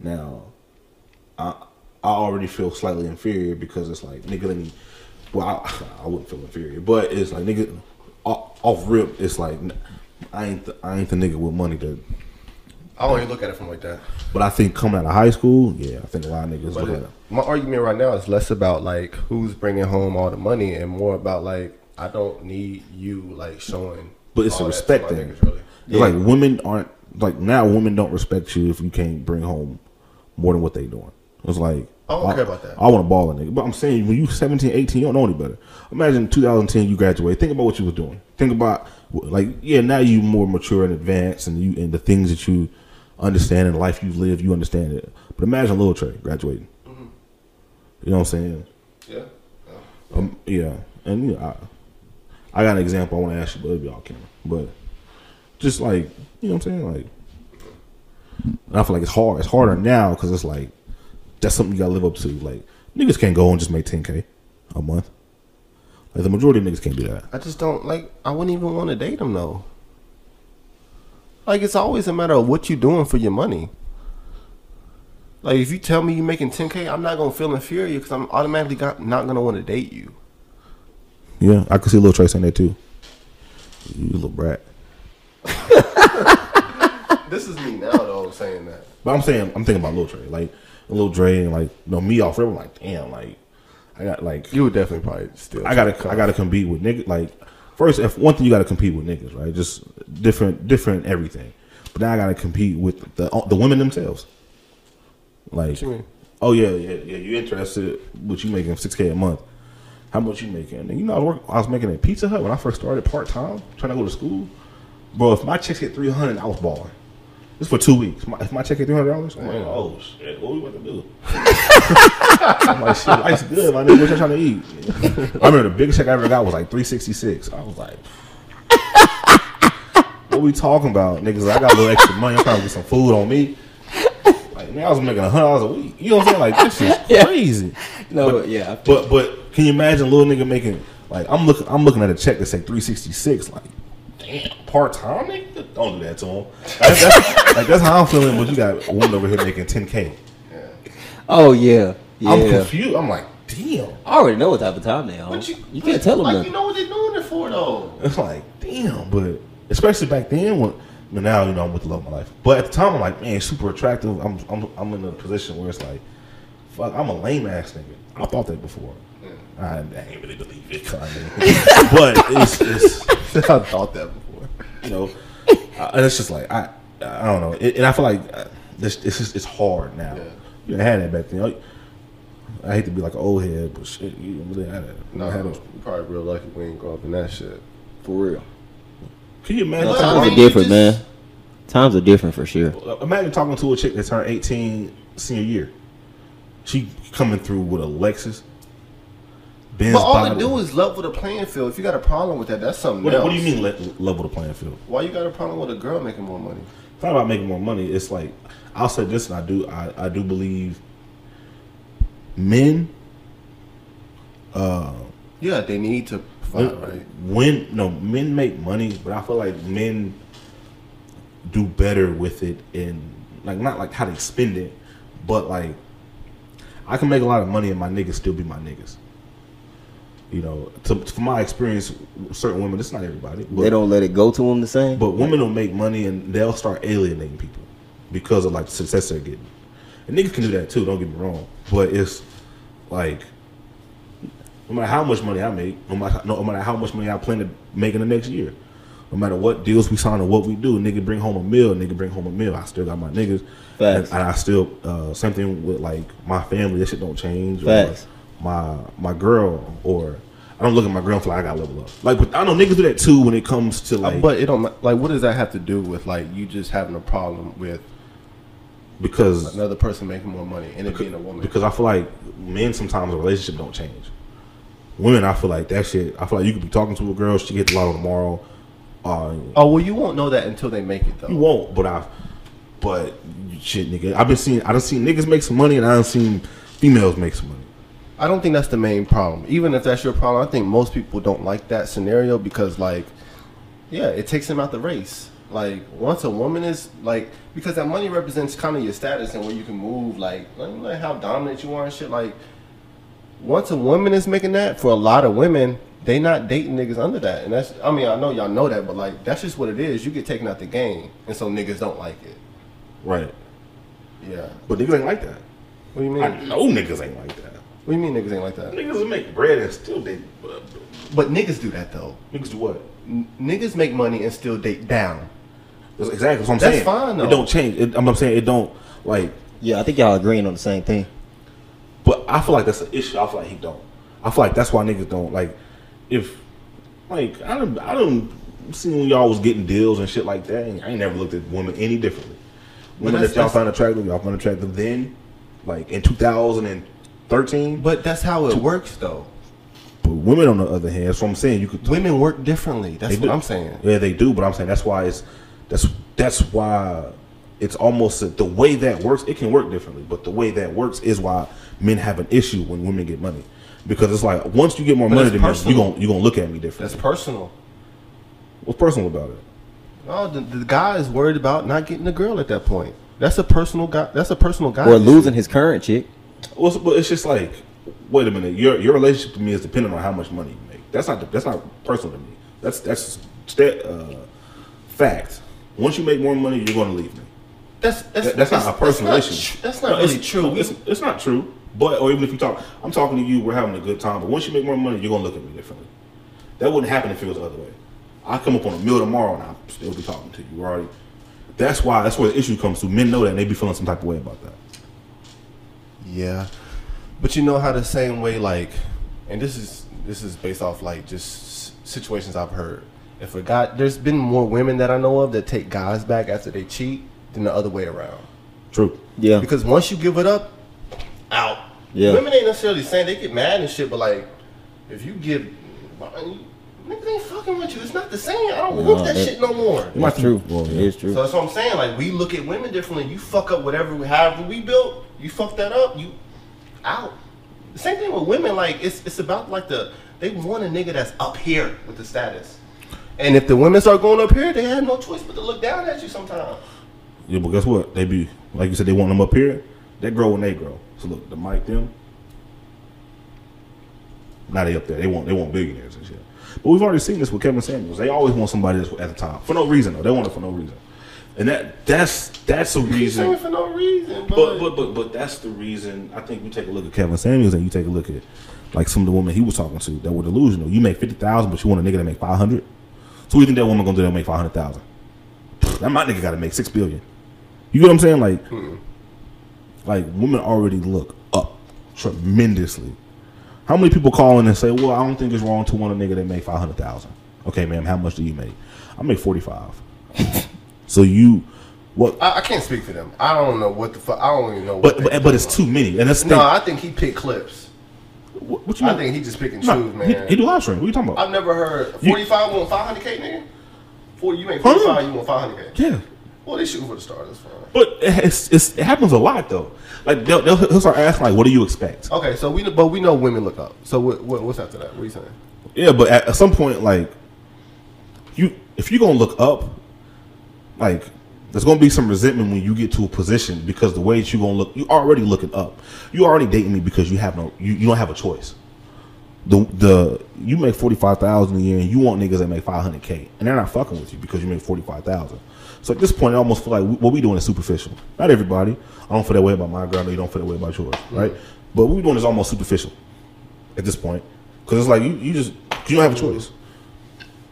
Now, I already feel slightly inferior because it's like nigga, let me. Well, I, I wouldn't feel inferior, but it's like nigga, off, off rip. It's like n- I ain't the, I ain't the nigga with money to. I don't even look at it from like that. But I think coming out of high school, yeah, I think a lot of niggas But look at it- it. my argument right now is less about like who's bringing home all the money and more about like I don't need you like showing. But it's a all that to respect my thing. niggas, really. It's like women aren't like now. Women don't respect you if you can't bring home more than what they doing. It's like I don't care about that. I want to ball a nigga, but I'm saying when you 17, 18, you don't know any better. Imagine 2010, you graduate. Think about what you were doing. Think about like yeah, now you more mature and advanced, and you and the things that you understand and the life you live, you understand it. But imagine Lil Trey graduating. Mm-hmm. You know what I'm saying? Yeah. Um, yeah, and you know, I, I got an example I want to ask you, but it'll be off camera. But just like you know what I'm saying, like and I feel like it's hard. It's harder now because it's like that's something you gotta live up to. Like niggas can't go and just make 10k a month. Like the majority of niggas can't do that. I just don't like. I wouldn't even want to date him though. Like it's always a matter of what you doing for your money. Like if you tell me you're making 10k, I'm not gonna feel inferior because I'm automatically got, not gonna want to date you. Yeah, I could see Lil Trey saying that too. You little brat. This is me now though saying that. But I'm saying I'm thinking about Lil Trey, like Lil Dre, and like you know me off rip. I'm like damn, like I got like You would definitely probably still. I gotta I gotta compete with niggas. Like first, if one thing you gotta compete with niggas, right? Just different different everything. But now I gotta compete with the uh, the women themselves. Like, you mean? oh yeah, yeah, yeah. You interested? What you making six k a month? How much you making? And you know, I, work, I was making a Pizza Hut when I first started part time, trying to go to school. Bro, if my checks hit three hundred, I was balling. This for two weeks. My, if my check hit three hundred dollars, I'm like, oh shit, what we about to do? I'm like, shit, life's good. My nigga, what you trying to eat? I remember the biggest check I ever got was like three sixty six. I was like, what we talking about, niggas? I got a little extra money. I'm trying to get some food on me. Like, man, I was making hundred dollars a week. You know what I'm saying? Like, this is crazy. No, but, yeah. But but can you imagine little nigga making like I'm looking I'm looking at a check that say three sixty six like damn part time nigga don't do that to him that's, that's- like that's how I'm feeling but you got a woman over here making ten k Oh yeah, yeah. am confused I'm like damn I already know what type of time they are. You, can't tell them nothing. know what they're doing it for though. it's like damn but especially back then when but now you know I'm with the love of my life but at the time I'm like man super attractive I'm I'm I'm in a position where it's like fuck I'm a lame ass nigga I thought that before. I, I ain't really believe it, I mean, but it's, it's I thought that before. you know, I, and it's just like I, I don't know, it, and I feel like uh, this, it's just it's hard now. Yeah. You didn't have that back then. Like, I hate to be like an old head, but shit, you didn't really had that. You No, didn't have you those- probably real lucky we ain't grow up in that shit. For real. Can you imagine? But I times mean, are you different, just- man. Times are different for sure. Imagine talking to a chick that turned eighteen senior year. She coming through with a Lexus. Benz But all it body. do is level the playing field. If you got a problem with that, that's something What, else. what do you mean le- level the playing field? Why you got a problem with a girl making more money? It's not about making more money. It's like I'll say this, and I do, I, I do believe men Yeah, they need to provide, right? When no men make money, but I feel like men do better with it in like not like how they spend it, but like I can make a lot of money and my niggas still be my niggas. You know, to, from my experience, certain women. It's not everybody. But, They don't let it go to them the same. but women will make money and they'll start alienating people because of like the success they're getting. And niggas can do that too. Don't get me wrong, but it's like no matter how much money I make, no matter, no matter how much money I plan to make in the next year, no matter what deals we sign or what we do, nigga bring home a meal, nigga bring home a meal. I still got my niggas, and, Facts. and I still uh, same thing with like my family. That shit don't change. Facts. Or my my girl or. I don't look at my girl and feel like I got level up. Like, but I know niggas do that too when it comes to like. uh, but it don't ma- like what does that have to do with like you just having a problem with because another person making more money and it being a woman? because I feel like men sometimes a relationship don't change. Women, I feel like that shit. I feel like you could be talking to a girl, she gets a lot tomorrow. Uh, oh well, you won't know that until they make it though. you won't, but I, but shit, nigga, I've been seeing. I done seen niggas make some money, and I done seen females make some money. I don't think that's the main problem. Even if that's your problem, I think most people don't like that scenario because, like, yeah, it takes them out the race. Like, once a woman is like, because that money represents kind of your status and where you can move, like, like, like how dominant you are and shit. Like, once a woman is making that, for a lot of women, they not dating niggas under that, and that's. I mean, I know y'all know that, but like, that's just what it is. You get taken out the game, and so niggas don't like it. Right, Yeah. but niggas ain't like that. What do you mean? I What know niggas ain't like that. do you mean niggas ain't like that? Niggas will make bread and still date. But niggas do that though. Niggas do what? N- niggas make money and still date down. That's exactly what I'm That's saying. fine, though. It don't change. It, I'm, I'm saying it don't like. yeah, I think y'all agreeing on the same thing. But I feel like that's an issue. I feel like he don't. I feel like that's why niggas don't like. If like I don't I don't see when y'all was getting deals and shit like that. And I ain't never looked at women any differently. Women that's- that y'all that's- find attractive, y'all find attractive then, like in 2013. But, But that's how it works, though. women on the other hand, that's what I'm saying. You could. Women work differently. That's they what do. I'm saying. Yeah, they do. But I'm saying that's why it's that's that's why it's almost a, the way that works. It can work differently, but the way that works is why men have an issue when women get money because it's like once you get more But money it's than me, you personal. gonna you gonna look at me That's differently. personal. What's personal about it? No, the, the guy is worried about not getting a girl at that point. That's a personal guy. That's a personal guy. Or issue. losing his current chick. Well, it's, but it's just like wait a minute. Your your relationship to me is dependent on how much money you make. That's not that's not personal to me. That's that's sta uh, fact. Once you make more money, you're gonna leave me. That's that's, That- that's not a personal that's issue. not tr- That's not No, really it's, true. no, It's, it's not true. But or even if you talk, I'm talking to you. We're having a good time. But once you make more money, you're gonna look at me differently. That wouldn't happen if it was the other way. I come up on a meal tomorrow and I'm still be talking to you. We're already. That's why. That's where the issue comes to. Men know that and they be feeling some type of way about that. Yeah, but you know how the same way like, and this is this is based off like just s- situations I've heard. If a guy, there's been more women that I know of that take guys back after they cheat than the other way around. True. Yeah. Because once you give it up, out. Yeah. Women ain't necessarily saying they get mad and shit, but like, if you give, niggas ain't fucking with you. It's not the same. I don't No, want that that- shit no more. That's true. It's true. So that's what I'm saying. Like we look at women differently. You fuck up whatever we have we built. You fuck that up. You out. The same thing with women. Like it's it's about like the they want a nigga that's up here with the status. And if the women start going up here, they have no choice but to look down at you sometimes. Yeah, but guess what? They be like you said. They want them up here. They grow when they grow. So look, the mic them. Now they up there. They want they want billionaires and shit. But we've already seen this with Kevin Samuels. They always want somebody that's at the top for no reason though. They want it for no reason, and that that's that's a You saying reason. for no reason, But but but but that's the reason. I think you take a look at Kevin Samuels and you take a look at like some of the women he was talking to that were delusional. You make fifty thousand, but you want a nigga to make five hundred. So we think that woman gonna do that make five hundred thousand. That my nigga gotta make six billion. You get what I'm saying? Like, like women already look up tremendously. How many people call in and say, "Well, I don't think it's wrong to want a nigga that make five hundred thousand. Okay, ma'am, how much do you make? I make forty five. so you, what? I, I can't speak for them. I don't know what the fuck. I don't even know. But what they but, but it's talking too many, and that's the about. thing. No, I think he picked clips. What, what you I mean? think he just pick and choose, Nah, man. He, he do live stream. What you talking about? I've never heard You- forty five want five hundred k, nigga. Forty, you ain't forty five, you want five hundred k. yeah, Well, they shooting for the stars. That's fine. but it's, it's, it happens a lot though. Like they'll, they'll, he'll start asking like, "What do you expect?" Okay, so we know- but we know women look up. So what, what, what's after that? What you saying? Yeah, but at, at some point, like you, if you gonna look up, like There's gonna be some resentment when you get to a position because the way that you gonna look, you already looking up. You already dating me because you have no, you, you don't have a choice. The the you make forty five thousand a year and you want niggas that make five hundred k and they're not fucking with you because you make forty five thousand. So at this point, I almost feel like what we doing is superficial. Not everybody. I don't feel that way about my girl. I know you don't feel that way about yours, right? But what we doing is almost superficial at this point because it's like you, you just you don't have a choice.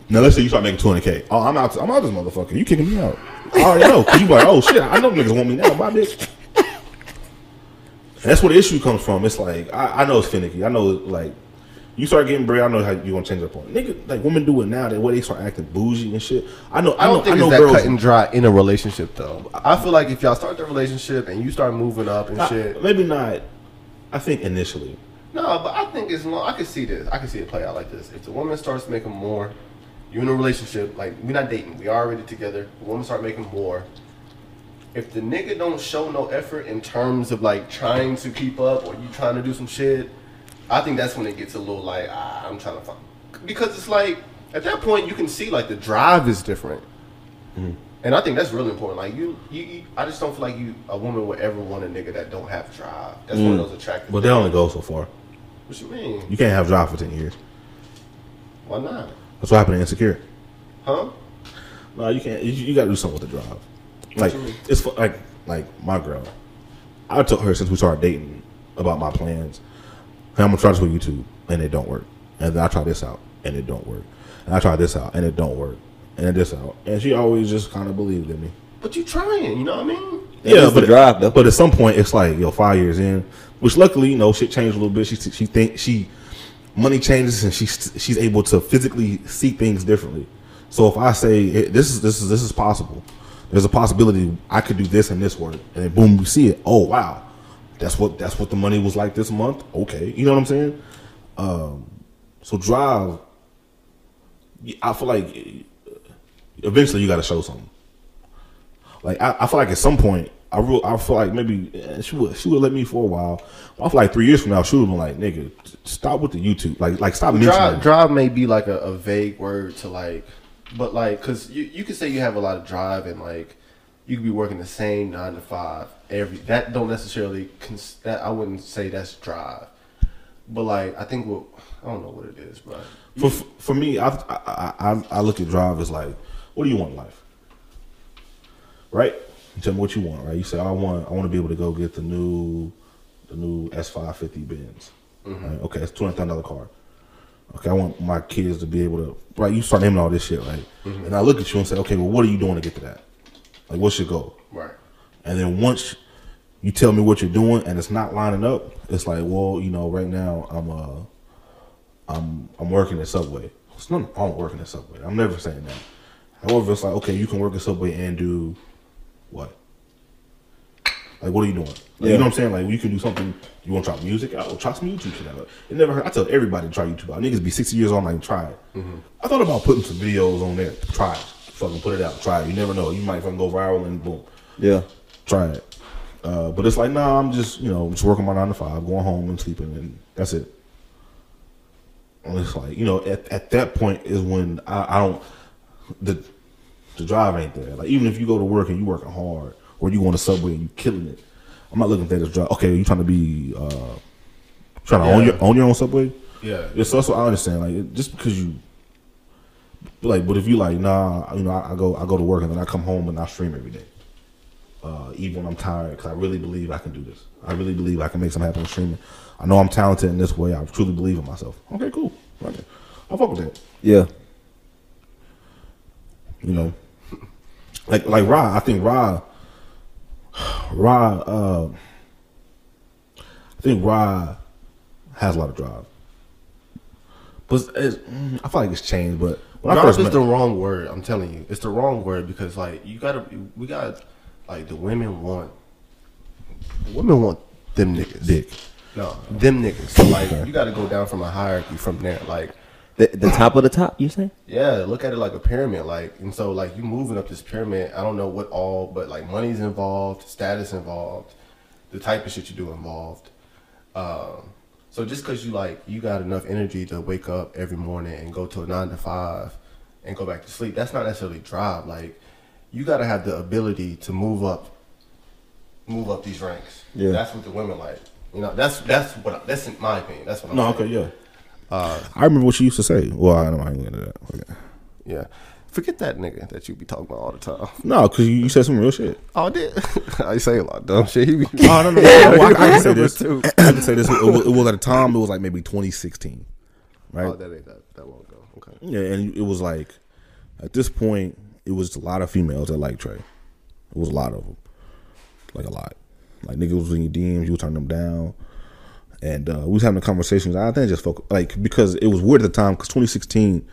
Now let's say you start making two hundred k. Oh, I'm out. I'm out this motherfucker. You kicking me out? I already know. 'Cause You like, oh shit, I know niggas want me now. Bye, bitch. And that's where the issue comes from. It's like I, I know it's finicky. I know like you start getting bread. I know how you gonna change up on it. nigga. Like women do it now. That way they start acting bougie and shit. I know. I, I don't know, think I know it's that girls. cut and dry in a relationship though. I feel like if y'all start the relationship and you start moving up and I- shit, maybe not. I think initially. No, but I think as long I can see this, I can see it play out like this. If the woman starts making more, you're in a relationship. Like we're not dating, we already together. The woman start making more. If the nigga don't show no effort in terms of like trying to keep up or you trying to do some shit, I think that's when it gets a little like ah, I'm trying to fuck because it's like at that point you can see like the drive is different. And I think that's really important. Like you, you, you, I just don't feel like you, a woman would ever want a nigga that don't have drive. That's one of those attractive. But that things. only goes so far. What you mean? You can't have job for ten years. Why not? That's what happened to Insecure. Huh? No, you can't. You, you got to do something with the drive. Like you mean? it's fu- like like my girl. I told her since we started dating about my plans. Hey, I'm gonna try this with YouTube, and it don't work. And then I try this out, and it don't work. And I try this out, and it don't work. And then this out, and she always just kind of believed in me. But you trying, you know what I mean? That is the drive, though. But at some point, it's like yo, five years in, which luckily you know shit changed a little bit. She she think she money changes and she's she's able to physically see things differently. So if I say "Hey, this is this is this is possible, there's a possibility I could do this and this work, and then boom, you see it. Oh wow, that's what that's what the money was like this month. Okay, you know what I'm saying? Um, so drive. I feel like eventually you got to show something. Like I, I feel like at some point I real, I feel like maybe eh, she would she would let me for a while. I feel like three years from now she would have been like, nigga, stop with the YouTube. Like like stop mentioning. Drive, it. drive may be like a, a vague word to like, but like, cause you you could say you have a lot of drive and like, you could be working the same nine to five every. That don't necessarily cons- that I wouldn't say that's drive, but like I think what I don't know what it is, but For for me, I I, I I look at drive as like, what do you want in life? Right? You tell me what you want, right? You say, I want I want to be able to go get the new the new S five fifty Benz. Right? Okay, it's two hundred thousand dollar car. Okay, I want my kids to be able to right. You start naming all this shit, right? And I look at you and say, okay, well, what are you doing to get to that? Like, what's your goal? right. And then once you tell me what you're doing and it's not lining up, it's like, well, you know, right now I'm uh I'm I'm working at Subway. It's nothing wrong with working at Subway. I'm never saying that. However, it's like, okay, you can work at Subway and do what? Like what are you doing? Like, You Yeah. know what I'm saying? Like you can do something. You want to try music out? Well, try some YouTube shit out. It never hurt. I tell everybody to try YouTube out. Niggas be 60 years old, I'm like try it. I thought about putting some videos on there. Try it. Fucking put it out. Try it. You never know. You might fucking go viral and boom Yeah. try it. Uh, but it's like, nah, I'm just, you know, just working my nine to five, going home and sleeping, and that's it. And it's like, you know, at, at that point is when I, I don't, the the drive ain't there. Like, even if you go to work and you working hard, or you going to Subway and you killing it, I'm not looking at that as drive. Okay, you trying to be, uh, trying to own, Yeah. your, own your own Subway? Yeah. It's also I understand like it- just because you like, but if you like, nah, you know, I, I go I go to work and then I come home and I stream every day, uh, even when I'm tired, because I really believe I can do this. I really believe I can make something happen with streaming. I know I'm talented in this way. I truly believe in myself. Okay, cool. Right there. I fuck with that. Yeah. You know, like like Ra, I think Ra, Ra, uh, I think Ra has a lot of drive. But it's, mm, I feel like it's changed. But when I Drive first is met, the wrong word. I'm telling you, it's the wrong word because like you gotta, we got like the women want, women want them niggas. dick. No, them niggas. So like, you got to go down from a hierarchy from there. Like, The, the top of the top, you saying? yeah, look at it like a pyramid. Like, and so like you moving up this pyramid. I don't know what all, but like money's involved, status involved, the type of shit you do involved. Um, so just because you like you got enough energy to wake up every morning and go to a nine to five and go back to sleep, that's not necessarily drive. Like, you got to have the ability to move up, move up these ranks. Yeah. that's what the women like. You know, that's that's what I, that's in my opinion. That's what I'm No, saying. okay, yeah. Uh, I remember what you used to say. Well, I don't mind going to that. Okay. Yeah, forget that nigga that you be talking about all the time. No, because you, you said some real shit. Oh, I did. I say a lot of dumb shit. He be, Oh no, no, no. Well, I, I can say Number this. two. I can say this. It was, it was at a time. It was like maybe 2016, right? oh, that ain't that that won't go. Okay. Yeah, and it was like at this point, it was a lot of females that liked Trey. It was a lot of them, like a lot. Like niggas was in your DMs, you would turn them down, and uh, we was having conversations. I think just focus, like because it was weird at the time because 2016,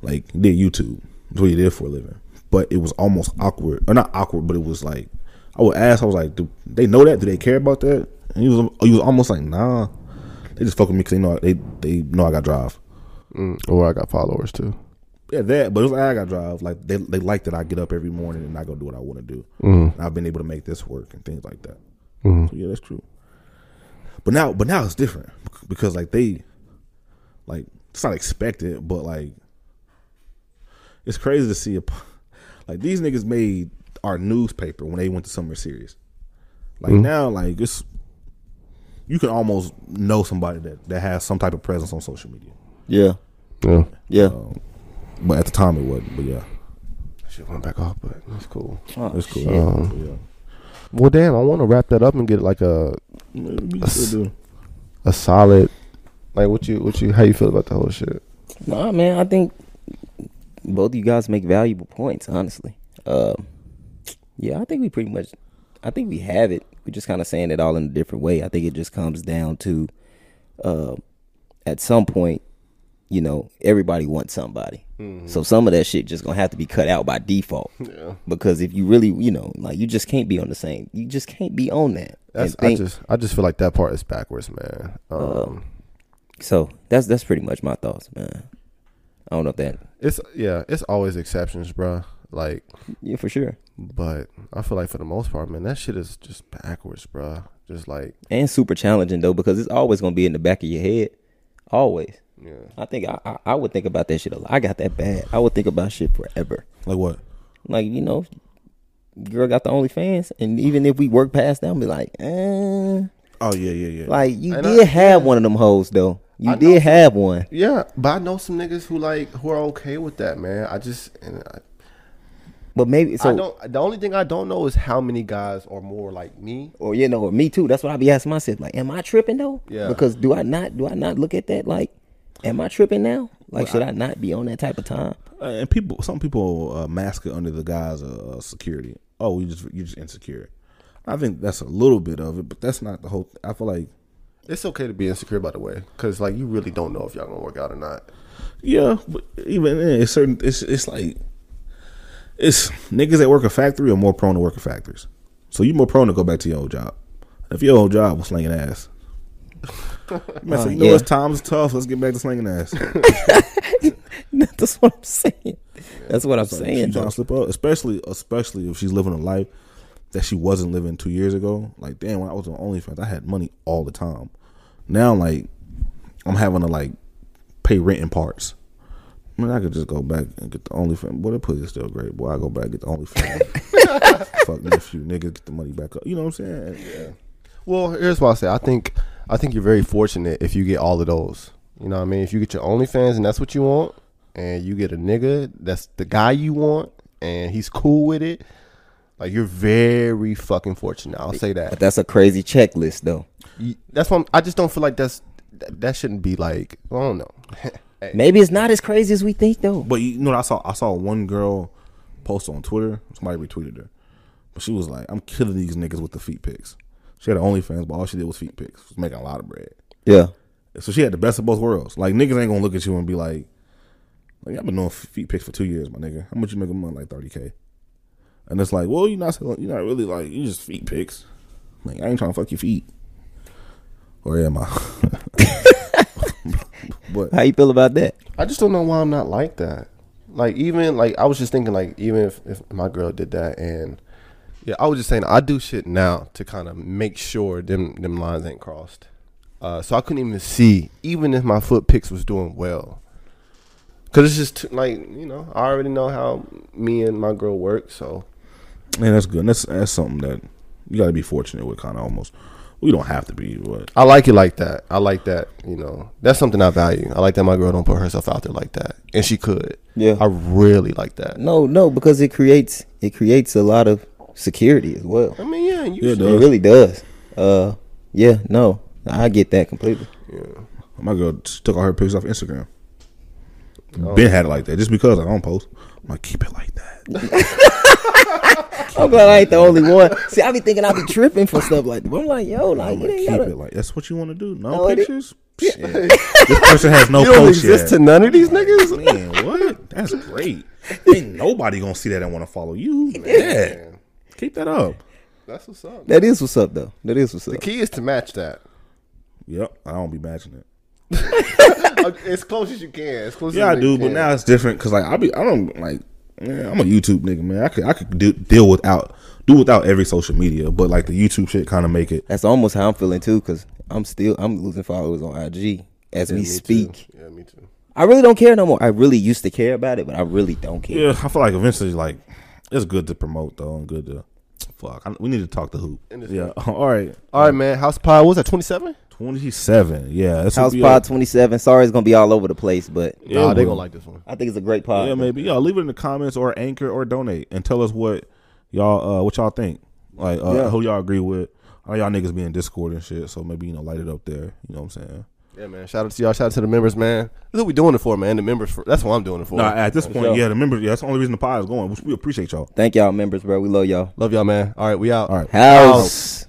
like you did YouTube, that's what you did for a living, but it was almost awkward or not awkward, but it was like I would ask, I was like, do they know that? Do they care about that? And he was, he was almost like, nah, they just fuck with me because they know they they know I got drive. Or Oh, I got followers too. Yeah, that. But it was like I got drive. Like they they like that I get up every morning and I go do what I want to do. And I've been able to make this work and things like that. So yeah, that's true. But now, but now it's different bec- because like they, like it's not expected, but like it's crazy to see a, p- like these niggas made our newspaper when they went to summer series. Like now, like it's you can almost know somebody that that has some type of presence on social media. Yeah. Yeah. Yeah. But at the time, it wasn't. But yeah. That shit went back off, but that's cool. That's cool. Uh-huh. Well, damn, I want to wrap that up and get like a yeah. a solid. Like what you what you how you feel about the whole shit? Nah, man, I think both of you guys make valuable points, honestly. Um, yeah, I think we pretty much, I think we have it. We're just kind of saying it all in a different way. I think it just comes down to, uh, at some point, you know, everybody wants somebody. So some of that shit just gonna have to be cut out by default. Yeah. Because if you really, you know, like you just can't be on the same. You just can't be on that. and That's, I just I just feel like that part is backwards, man. Um, so that's that's pretty much my thoughts, man. I don't know if that. it's yeah, it's always exceptions, bruh. Like, Yeah, for sure. but I feel like for the most part, man, that shit is just backwards, bruh. Just like and super challenging though because it's always gonna be in the back of your head, always. yeah, I think I, I, I would think about that shit a lot. I got that bad. I would think about shit forever. Like what? Like you know, girl got the OnlyFans, and even if we work past that, I'm be like, eh. Oh yeah, yeah, yeah. like you And I- did have one of them hoes though. You I know. did have one. yeah. But I know some niggas who like who are okay with that, man. I just and I, But maybe I so, don't. The only thing I don't know is how many guys are more like me. or you know, or me too. That's what I be asking myself. Like, am I tripping though? Yeah. Because do I not do I not look at that like, am I tripping now? Like, should I not be on that type of time? Uh, and people, some people uh, mask it under the guise of uh, security. Oh, you just you're just insecure. I think that's a little bit of it, but that's not the whole. I feel like It's okay to be insecure, by the way, because like you really don't know if y'all gonna work out or not. yeah, but even then, it's certain. It's it's like it's niggas that work a factory are more prone to work at factories. So you're more prone to go back to your old job. If your old job was slinging ass. Man, so Uh, you know yeah. it's times tough. Let's get back to slinging ass. That's what I'm saying. That's what I'm saying. She's trying though. to slip up, especially especially if she's living a life that she wasn't living two years ago. Like, damn, when I was on OnlyFans, I had money all the time. Now, like, I'm having to like pay rent in parts. I mean, I could just go back and get the OnlyFans. Boy, that pussy's still great. Boy, I go back and get the OnlyFans. Fuck nephew, nigga, get the money back up. You know what I'm saying? Yeah. Well, here's what I say. I think I think you're very fortunate if you get all of those. You know what I mean? If you get your OnlyFans and that's what you want, and you get a nigga that's the guy you want, and he's cool with it, like you're very fucking fortunate. I'll say But that. that's a crazy checklist, though. You- That's why I'm- I just don't feel like that's that, that shouldn't be like I don't know. Maybe it's not as crazy as we think, though. But you know what I saw? I saw one girl post on Twitter. Somebody retweeted her, but she was like, "I'm killing these niggas with the feet pics." She had OnlyFans, but all she did was feet pics. Was making a lot of bread. Yeah, So she had the best of both worlds. Like niggas ain't gonna look at you and be like, "Like I've been doing feet pics for two years, my nigga. How much you make a month? Like thirty k." And it's like, well, you're not you're not really like you just feet pics. Like I ain't trying to fuck your feet. Oh, Or am I? but how you feel about that? I just don't know why I'm not like that. Like even like I was just thinking like even if, if my girl did that and yeah, I was just saying I do shit now to kind of make sure them them lines ain't crossed. Uh, so I couldn't even see even if my foot picks was doing well. Cause it's just too, like you know, I already know how me and my girl work, so Man, that's good. That's that's something that you got to be fortunate with, kind of almost. We don't have to be, but I like it like that. I like that, you know. That's something I value. I like that my girl don't put herself out there like that, and she could. Yeah. I really like that. No, no, because it creates it creates a lot of security as well. I mean, yeah, you Yeah, should- dog. It really does. Uh, yeah, no, I get that completely. my girl t- took all her pictures off Instagram. Ben had it like that just because I don't post. I'm like, keep it like that. I'm glad I ain't the only one. See, I be thinking I be tripping for stuff like that. but I'm like, yo, like, I'm it like, ain't keep gotta, it like that's what you want to do. No, No, it is. pictures. Shit. this person has no You don't post exist yet. to none of these niggas. Man, what? That's great. Ain't nobody gonna see that and want to follow you. Yeah, keep that up. That's what's up. that is what's up though. That is what's up. The key is to match that. Yep, I don't be matching it. as close as you can. As close Yeah, I as you do, can. but now it's different because like I be I don't like man, I'm a YouTube nigga man. I could I could do, deal without do without every social media, but like the YouTube shit kind of make it. That's almost how I'm feeling too, cause I'm still I'm losing followers on IG as we speak. Yeah, me too. I really don't care no more. I really used to care about it, but I really don't care. Yeah, I feel like eventually like it's good to promote though and good to fuck. I, we need to talk to hoop. Yeah, all right, All right, man. House Pie, what was that? Twenty seven? twenty seven. Yeah, that's House Pod 27. Sorry, it's gonna be all over the place, but Yeah, nah, they we- gonna like this one. I think it's a great pod. Yeah, maybe. Yeah, leave it in the comments or anchor or donate and tell us what y'all uh what y'all think. Like uh, Yeah. who y'all agree with. All y'all niggas be in Discord and shit, so maybe you know light it up there. You know what I'm saying? Yeah, man. Shout out to y'all. Shout out to the members, man. That's what we doing it for, man. The members. For, that's what I'm doing it for. No, at this point, sure. yeah, the members, yeah, that's the only reason the pod is going. Which we appreciate y'all. Thank y'all, members, bro. We love y'all. Love y'all, man. All right, we out. All right. House.